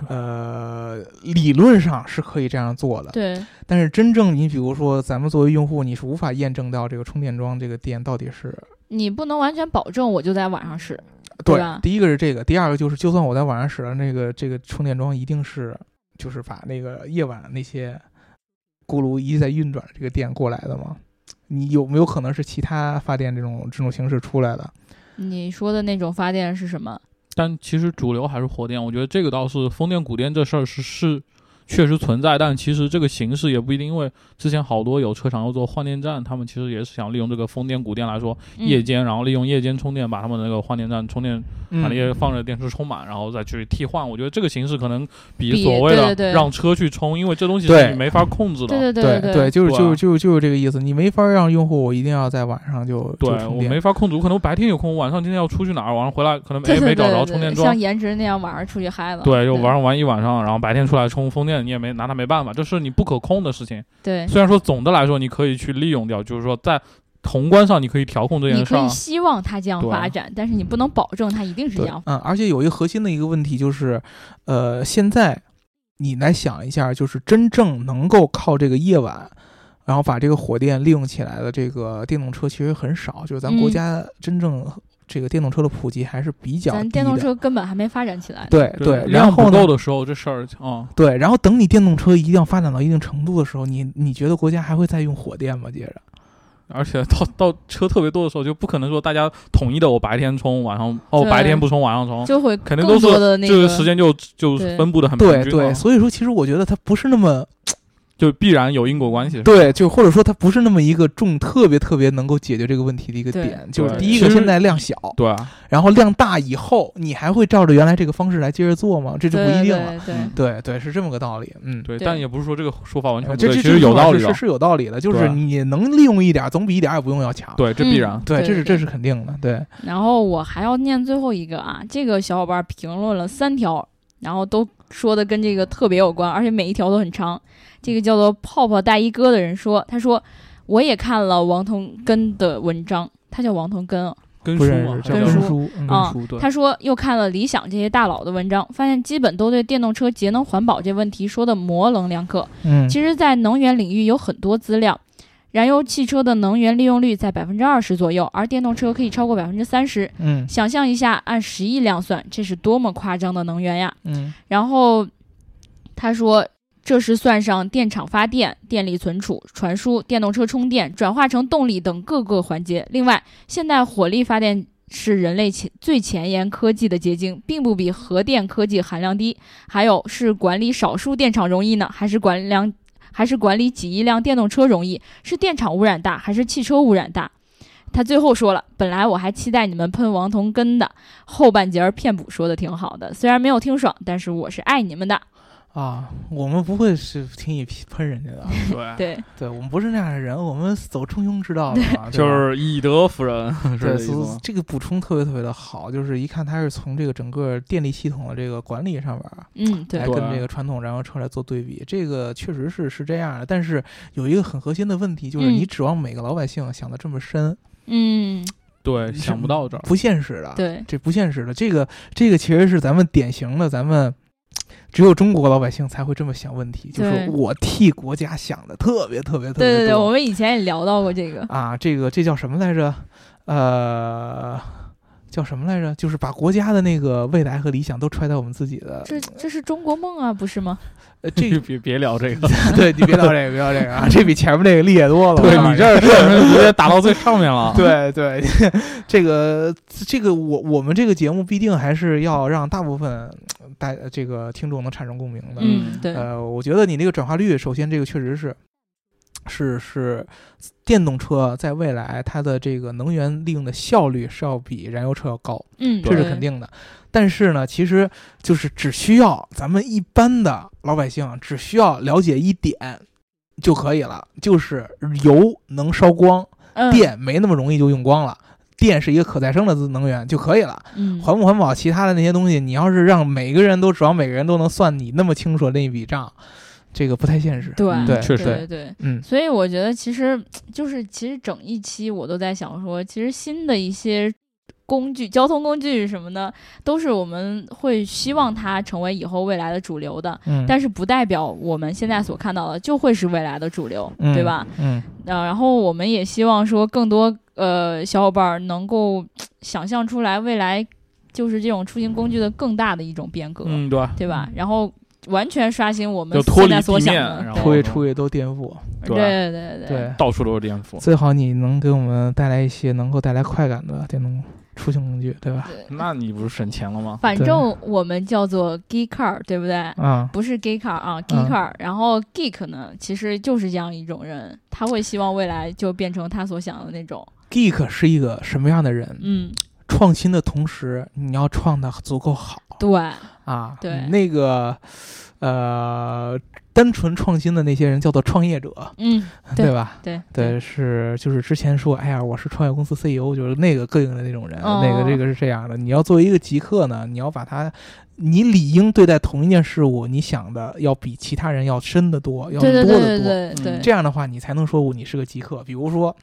Speaker 3: 呃，理论上是可以这样做的，
Speaker 2: 对
Speaker 3: 但是真正你比如说咱们作为用户，你是无法验证到这个充电桩这个电到底是
Speaker 2: 你不能完全保证我就在晚上使。对
Speaker 3: 对
Speaker 2: 吧
Speaker 3: 第一个是这个，第二个就是，就算我在晚上使了那个这个充电桩，一定是就是把那个夜晚那些锅炉一直在运转的这个电过来的吗？你有没有可能是其他发电这种这种形式出来的？
Speaker 2: 你说的那种发电是什么？
Speaker 4: 但其实主流还是火电，我觉得这个倒是风电、谷电这事儿是是确实存在，但其实这个形式也不一定，因为之前好多有车厂要做换电站，他们其实也是想利用这个风电、谷电来说，
Speaker 2: 嗯
Speaker 4: 夜间然后利用夜间充电，把他们那个换电站充电
Speaker 2: 嗯
Speaker 4: 把那些放着电池充满，然后再去替换。我觉得这个形式可能比
Speaker 2: 比
Speaker 4: 所谓
Speaker 2: 对对
Speaker 4: 的
Speaker 2: 对
Speaker 4: 让车去充，因为这东西是
Speaker 3: 对
Speaker 4: 你没法控制
Speaker 2: 对
Speaker 4: 的。
Speaker 2: 对
Speaker 3: 对
Speaker 2: 对
Speaker 3: 就是
Speaker 4: 对啊
Speaker 3: 就是就是就是这个意思，你没法让用户我一定要在晚上就
Speaker 4: 对
Speaker 3: 就充
Speaker 4: 我
Speaker 3: 电
Speaker 4: 没法控制，我可能白天有空，晚上今天要出去哪儿，晚上回来可能
Speaker 2: 对
Speaker 4: 没
Speaker 2: 对
Speaker 4: 没找
Speaker 2: 对
Speaker 4: 着
Speaker 2: 对
Speaker 4: 充电
Speaker 2: 对
Speaker 4: 桩
Speaker 2: 像，颜值那样晚上出去嗨了。
Speaker 4: 对，就玩上玩一晚上，然后白天出来充风电，你也没拿它没办法，这是你不可控的事情。
Speaker 2: 对，
Speaker 4: 虽然说总的来说你可以去利用掉，就是说在宏观上你可以调控这
Speaker 2: 你
Speaker 4: 件事
Speaker 2: 可
Speaker 4: 儿
Speaker 2: 以。希望它这样
Speaker 4: 对啊
Speaker 2: 发展，但是你不能保证它一定是这
Speaker 3: 对
Speaker 2: 样。
Speaker 3: 嗯，而且有一个核心的一个问题就是，呃，现在你来想一下，就是真正能够靠这个夜晚，然后把这个火电利用起来的这个电动车其实很少，就是咱国
Speaker 2: 嗯
Speaker 3: 家真正这个电动车的普及还是比较
Speaker 2: 咱
Speaker 3: 低
Speaker 2: 电动
Speaker 3: 的
Speaker 2: 车根本还没发展起来。
Speaker 3: 对
Speaker 4: 对，
Speaker 3: 然
Speaker 4: 量
Speaker 3: 后
Speaker 4: 不
Speaker 3: 呢
Speaker 4: 够？的时候这事儿啊、
Speaker 3: 对，然后等你电动车一定要发展到一定程度的时候，你你觉得国家还会再用火电吗？接着，
Speaker 4: 而且到到车特别多的时候，就不可能说大家统一的我白天充，晚上哦
Speaker 2: 对
Speaker 4: 白天不充，晚上充，
Speaker 2: 就会
Speaker 4: 肯定
Speaker 2: 更
Speaker 4: 都
Speaker 2: 多的
Speaker 4: 是
Speaker 2: 那
Speaker 4: 这
Speaker 2: 个
Speaker 4: 个时间就就
Speaker 2: 对
Speaker 4: 分布的很平
Speaker 3: 对
Speaker 4: 均了
Speaker 3: 对，，所以说其实我觉得它不是那么
Speaker 4: 就必然有因果关系。
Speaker 3: 对，就或者说它不是那么一个重特别特别能够解决这个问题的一个
Speaker 2: 对
Speaker 3: 点，就是
Speaker 4: 对
Speaker 3: 第一
Speaker 4: 其
Speaker 3: 个
Speaker 4: 实
Speaker 3: 现在量小，
Speaker 4: 对啊，
Speaker 3: 然后量大以后，你还会照着原来这个方式来接着做吗？这就
Speaker 2: 对
Speaker 3: 不一定了。
Speaker 2: 对对
Speaker 4: 嗯
Speaker 3: 对对，是这么个道理。嗯，
Speaker 4: 对，
Speaker 2: 对
Speaker 4: 但也不是说这个说法完全
Speaker 3: 呃
Speaker 4: 不
Speaker 3: 这
Speaker 4: 对，
Speaker 3: 这
Speaker 4: 其
Speaker 3: 这
Speaker 4: 实有
Speaker 3: 种
Speaker 4: 道理
Speaker 3: 是
Speaker 4: 的
Speaker 3: 是，是有道理的，就是
Speaker 4: 对
Speaker 3: 你能利用一点儿，总比一点儿也不用要强。
Speaker 4: 对，这必然
Speaker 2: 嗯。
Speaker 3: 对，
Speaker 2: 对
Speaker 3: 这是
Speaker 2: 对
Speaker 3: 这是肯定的。对，
Speaker 2: 然后我还要念最后一个啊，这个小伙伴评论了三条，然后都说的跟这个特别有关，而且每一条都很长。这个叫做“泡泡大衣哥”的人说，他说我也看了王同根的文章，他叫王同根啊，
Speaker 4: 跟
Speaker 3: 不
Speaker 4: 书
Speaker 3: 认
Speaker 4: 嘛
Speaker 3: 识，
Speaker 4: 它
Speaker 3: 叫
Speaker 2: 跟
Speaker 4: 叫
Speaker 3: 根
Speaker 2: 书
Speaker 3: 书。嗯
Speaker 2: 啊
Speaker 4: 书对。
Speaker 2: 他说又看了理想这些大佬的文章，发现基本都对电动车节能环保这问题说的模棱两可。
Speaker 3: 嗯，
Speaker 2: 其实，在能源领域有很多资料。燃油汽车的能源利用率在百分之二十左右，而电动车可以超过百分之三十。
Speaker 3: 嗯
Speaker 2: 想象一下，按十亿辆算，这是多么夸张的能源呀！
Speaker 3: 嗯
Speaker 2: 然后他说，这时算上电厂发电、电力存储、传输、电动车充电、转化成动力等各个环节。另外，现代火力发电是人类前最前沿科技的结晶，并不比核电科技含量低。还有是管理少数电厂容易呢，还是管量还是管理几亿辆电动车容易？是电厂污染大，还是汽车污染大？他最后说了，本来我还期待你们喷王同根的，后半截儿骗补说的挺好的，虽然没有听爽，但是我是爱你们的。
Speaker 3: 啊，我们不会是轻易喷人家的啊，
Speaker 4: 对，
Speaker 2: 对，
Speaker 3: 对我们不是那样的人，我们走中庸之道的啊嘛，对吧
Speaker 4: 就是以德服人，是这
Speaker 3: 对，
Speaker 4: 意思吗？
Speaker 3: 这个补充特别特别的好，就是一看它是从这个整个电力系统的这个管理上面儿
Speaker 2: 嗯，对
Speaker 3: 来，
Speaker 4: 对
Speaker 3: 跟这个传统燃油车来做对比，这个确实是是这样的。但是有一个很核心的问题，就
Speaker 2: 嗯
Speaker 3: 是你指望每个老百姓想的这么深，
Speaker 2: 嗯，
Speaker 4: 对，
Speaker 3: 是
Speaker 4: 哎想不到这儿，
Speaker 3: 不现实的。，
Speaker 2: 对，
Speaker 3: 这不现实的。这个这个其实是咱们典型的，咱们只有中国老百姓才会这么想问题，就
Speaker 2: 对
Speaker 3: 是我替国家想的特别特别特别多。
Speaker 2: 对对对，我们以前也聊到过这 个，
Speaker 3: 啊，这个这叫什么来着？呃，叫什么来着？就是把国家的那个未来和理想都揣在我们自己的。
Speaker 2: 这这是中国梦啊，不是吗？
Speaker 3: 呃、这个
Speaker 4: 别别 聊这个，
Speaker 3: 对你别聊这个，别聊这个啊，这比前面那个厉害多了。 我
Speaker 4: 对
Speaker 3: 告诉
Speaker 4: 你这儿上面直接打到最上面了，
Speaker 3: 对对， 这个这个我我们这个节目必定还是要让大部分呃大这个听众能产生共鸣的。
Speaker 2: 嗯，对，
Speaker 3: 呃，我觉得你这个转化率，首先这个确实是。是是，电动车在未来它的这个能源利用的效率是要比燃油车要高，
Speaker 2: 嗯，
Speaker 3: 这是
Speaker 2: 对
Speaker 3: 肯。定的。但是呢，其实就是只需要咱们一般的老百姓只需要了解一点就可以了，就是油能烧光，
Speaker 2: 嗯，
Speaker 3: 电没那么容易就用光了。电是一个可再生的资能源就可以了，
Speaker 2: 嗯，
Speaker 3: 环不环保，其他的那些东西，你要是让每个人都指望每个人都能算你那么清楚的那一笔账，这个不太现实。嗯
Speaker 2: 对
Speaker 3: 对
Speaker 4: 确
Speaker 2: 对
Speaker 4: 实
Speaker 2: 对对。
Speaker 3: 嗯
Speaker 2: 所以我觉得，其实就是其实整一期我都在想说，其实新的一些工具、交通工具什么的，都是我们会希望它成为以后未来的主流的。
Speaker 3: 嗯，
Speaker 2: 但
Speaker 3: 是
Speaker 2: 是不代表我们现在所看到的就会是未来的主流，对吧？？
Speaker 3: 嗯
Speaker 2: 呃，然后我们也希望说更多呃小伙伴儿能够想象出来未来就是这种出行工具的更大的一种变革，
Speaker 4: 嗯，对，
Speaker 2: 对吧？然后完全刷新我们
Speaker 4: 就脱
Speaker 2: 现
Speaker 4: 离
Speaker 2: 在所
Speaker 4: 地
Speaker 2: 想
Speaker 4: 面
Speaker 2: 的
Speaker 4: 然，
Speaker 2: 对
Speaker 4: 后
Speaker 3: 出去出去都颠覆，
Speaker 4: 对啊
Speaker 2: 对对
Speaker 3: 对，啊
Speaker 4: 到处都是颠覆，
Speaker 3: 最好你能给我们带来一些能够带来快感的电动出行工具，对吧？
Speaker 4: 那你不是省钱了吗？
Speaker 2: 反正我们叫做 geek car，对不对？
Speaker 3: 啊、
Speaker 2: 不是 geek car 啊，geek car，、然后 geek 呢，其实就是这样一种人，他会希望未来就变成他所想的那种，
Speaker 3: g e e k 是一个什么样的人？
Speaker 2: 嗯，
Speaker 3: 创新的同时，你要创的足够好
Speaker 2: 对，
Speaker 3: 啊。
Speaker 2: 对
Speaker 3: 你那个呃，单纯创新的那些人叫做创业者，
Speaker 2: 嗯，对
Speaker 3: 对吧？
Speaker 2: 对
Speaker 3: 对，是就是之前说，哎呀，我是创业公司 CEO，就是那个膈应的那种人，
Speaker 2: 哦
Speaker 3: 那个这个是这样的。你要作为一个极客呢，你要把它，你理应对待同一件事物，你想的要比其他人要深得多，要
Speaker 2: 对
Speaker 3: 多得
Speaker 2: 对
Speaker 3: 多。
Speaker 2: 对对
Speaker 4: 嗯
Speaker 2: 对对，
Speaker 3: 这样的话，你才能说你是个极客。比如说，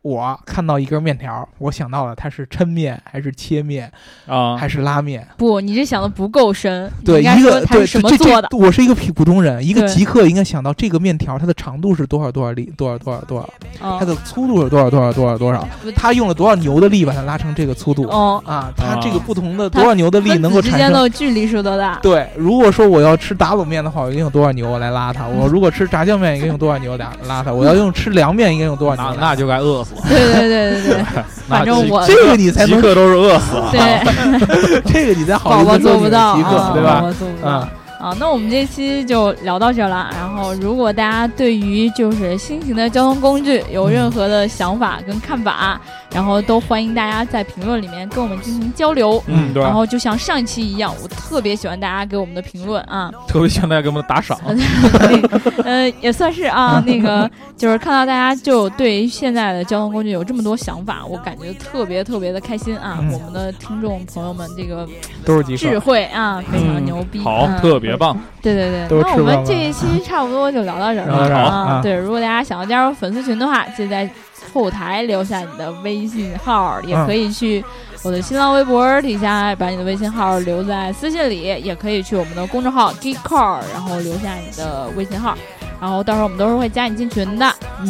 Speaker 3: 我看到一根面条，我想到了它是抻面还是切面
Speaker 4: 啊
Speaker 3: 还，是拉面。
Speaker 2: 不，你这想的不够深，你
Speaker 3: 对，
Speaker 2: 应该
Speaker 3: 一
Speaker 2: 说
Speaker 3: 个
Speaker 2: 它
Speaker 3: 对
Speaker 2: 是什么
Speaker 3: 这这
Speaker 2: 做的，
Speaker 3: 我是一个普普通人，一个
Speaker 2: 对
Speaker 3: 极客应该想到这个面条它的长度是多少多少厘，多少多少多少，它
Speaker 2: 它
Speaker 3: 的粗度是多少多少多少多少
Speaker 2: 不，
Speaker 3: 它用了多少牛的力把它拉成这个粗度
Speaker 2: 嗯哦，
Speaker 3: 啊？它
Speaker 4: 啊
Speaker 3: 这个不同的
Speaker 2: 它
Speaker 3: 多少牛的力
Speaker 2: 分
Speaker 3: 能
Speaker 2: 子
Speaker 3: 够
Speaker 2: 之
Speaker 3: 产
Speaker 2: 间
Speaker 3: 生？
Speaker 2: 的距离是多大？
Speaker 3: 对，如果说我要吃打卤面的话，我应该用多少牛来拉它？我如果吃炸酱面，应该用多少牛来拉它？我要用吃凉面，应该用多少
Speaker 4: 那
Speaker 3: 牛
Speaker 4: 那
Speaker 3: 来？
Speaker 4: 就该饿死了，
Speaker 2: 对对对对对，反正我
Speaker 3: 这个你才
Speaker 4: 极
Speaker 3: 能，
Speaker 4: 客都是饿死了，
Speaker 2: 对，
Speaker 3: 这个你才好
Speaker 2: 宝
Speaker 3: 意
Speaker 2: 宝
Speaker 3: 思
Speaker 2: 做
Speaker 3: 说
Speaker 2: 不
Speaker 3: 你
Speaker 2: 到
Speaker 3: 是极
Speaker 2: 啊，
Speaker 3: 客，对
Speaker 2: 宝
Speaker 3: 吧？
Speaker 2: 宝做不到
Speaker 3: 啊。
Speaker 2: 啊，那我们这期就聊到这儿了。然后，如果大家对于就是新型的交通工具有任何的想法跟看法，然后都欢迎大家在评论里面跟我们进行交流。
Speaker 4: 嗯，对
Speaker 2: 然
Speaker 4: 吧？
Speaker 2: 后就像上一期一样，我特别喜欢大家给我们的评论啊，
Speaker 4: 特别想大家给我们打 赏，
Speaker 2: 呃，也算是啊，那个就是看到大家就对于现在的交通工具有这么多想法，我感觉特别特别的开心啊！
Speaker 3: 嗯
Speaker 2: 我们的听众朋友们，这个
Speaker 3: 都是极
Speaker 2: 智慧啊，非常牛逼，
Speaker 4: 好，
Speaker 2: 嗯
Speaker 4: 特别棒，
Speaker 2: 对对对，
Speaker 3: 都
Speaker 2: 那我
Speaker 3: 吃
Speaker 2: 们
Speaker 3: 饭
Speaker 2: 这
Speaker 3: 了啊
Speaker 2: 一期差不多就聊到这儿
Speaker 3: 聊到
Speaker 2: 了
Speaker 3: 这儿
Speaker 2: 啊。
Speaker 3: 啊
Speaker 2: 对，如果大家想要加入粉丝群的话，就在后台留下你的微信号，
Speaker 3: 嗯
Speaker 2: 也可以去我的新浪微博底下把你的微信号留在私信里，也可以去我们的公众号 Geek Car，然后留下你的微信号，然后到时候我们都是会加你进群的。嗯，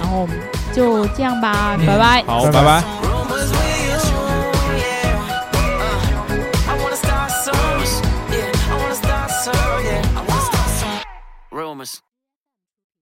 Speaker 2: 然后后就这样吧，
Speaker 4: 嗯
Speaker 2: 拜拜。
Speaker 4: 好，
Speaker 3: 拜
Speaker 4: 拜拜。
Speaker 1: Rumors we assume, yeah. Uh, I wanna start some, yeah. I wanna start some, yeah. I wanna start some rumors.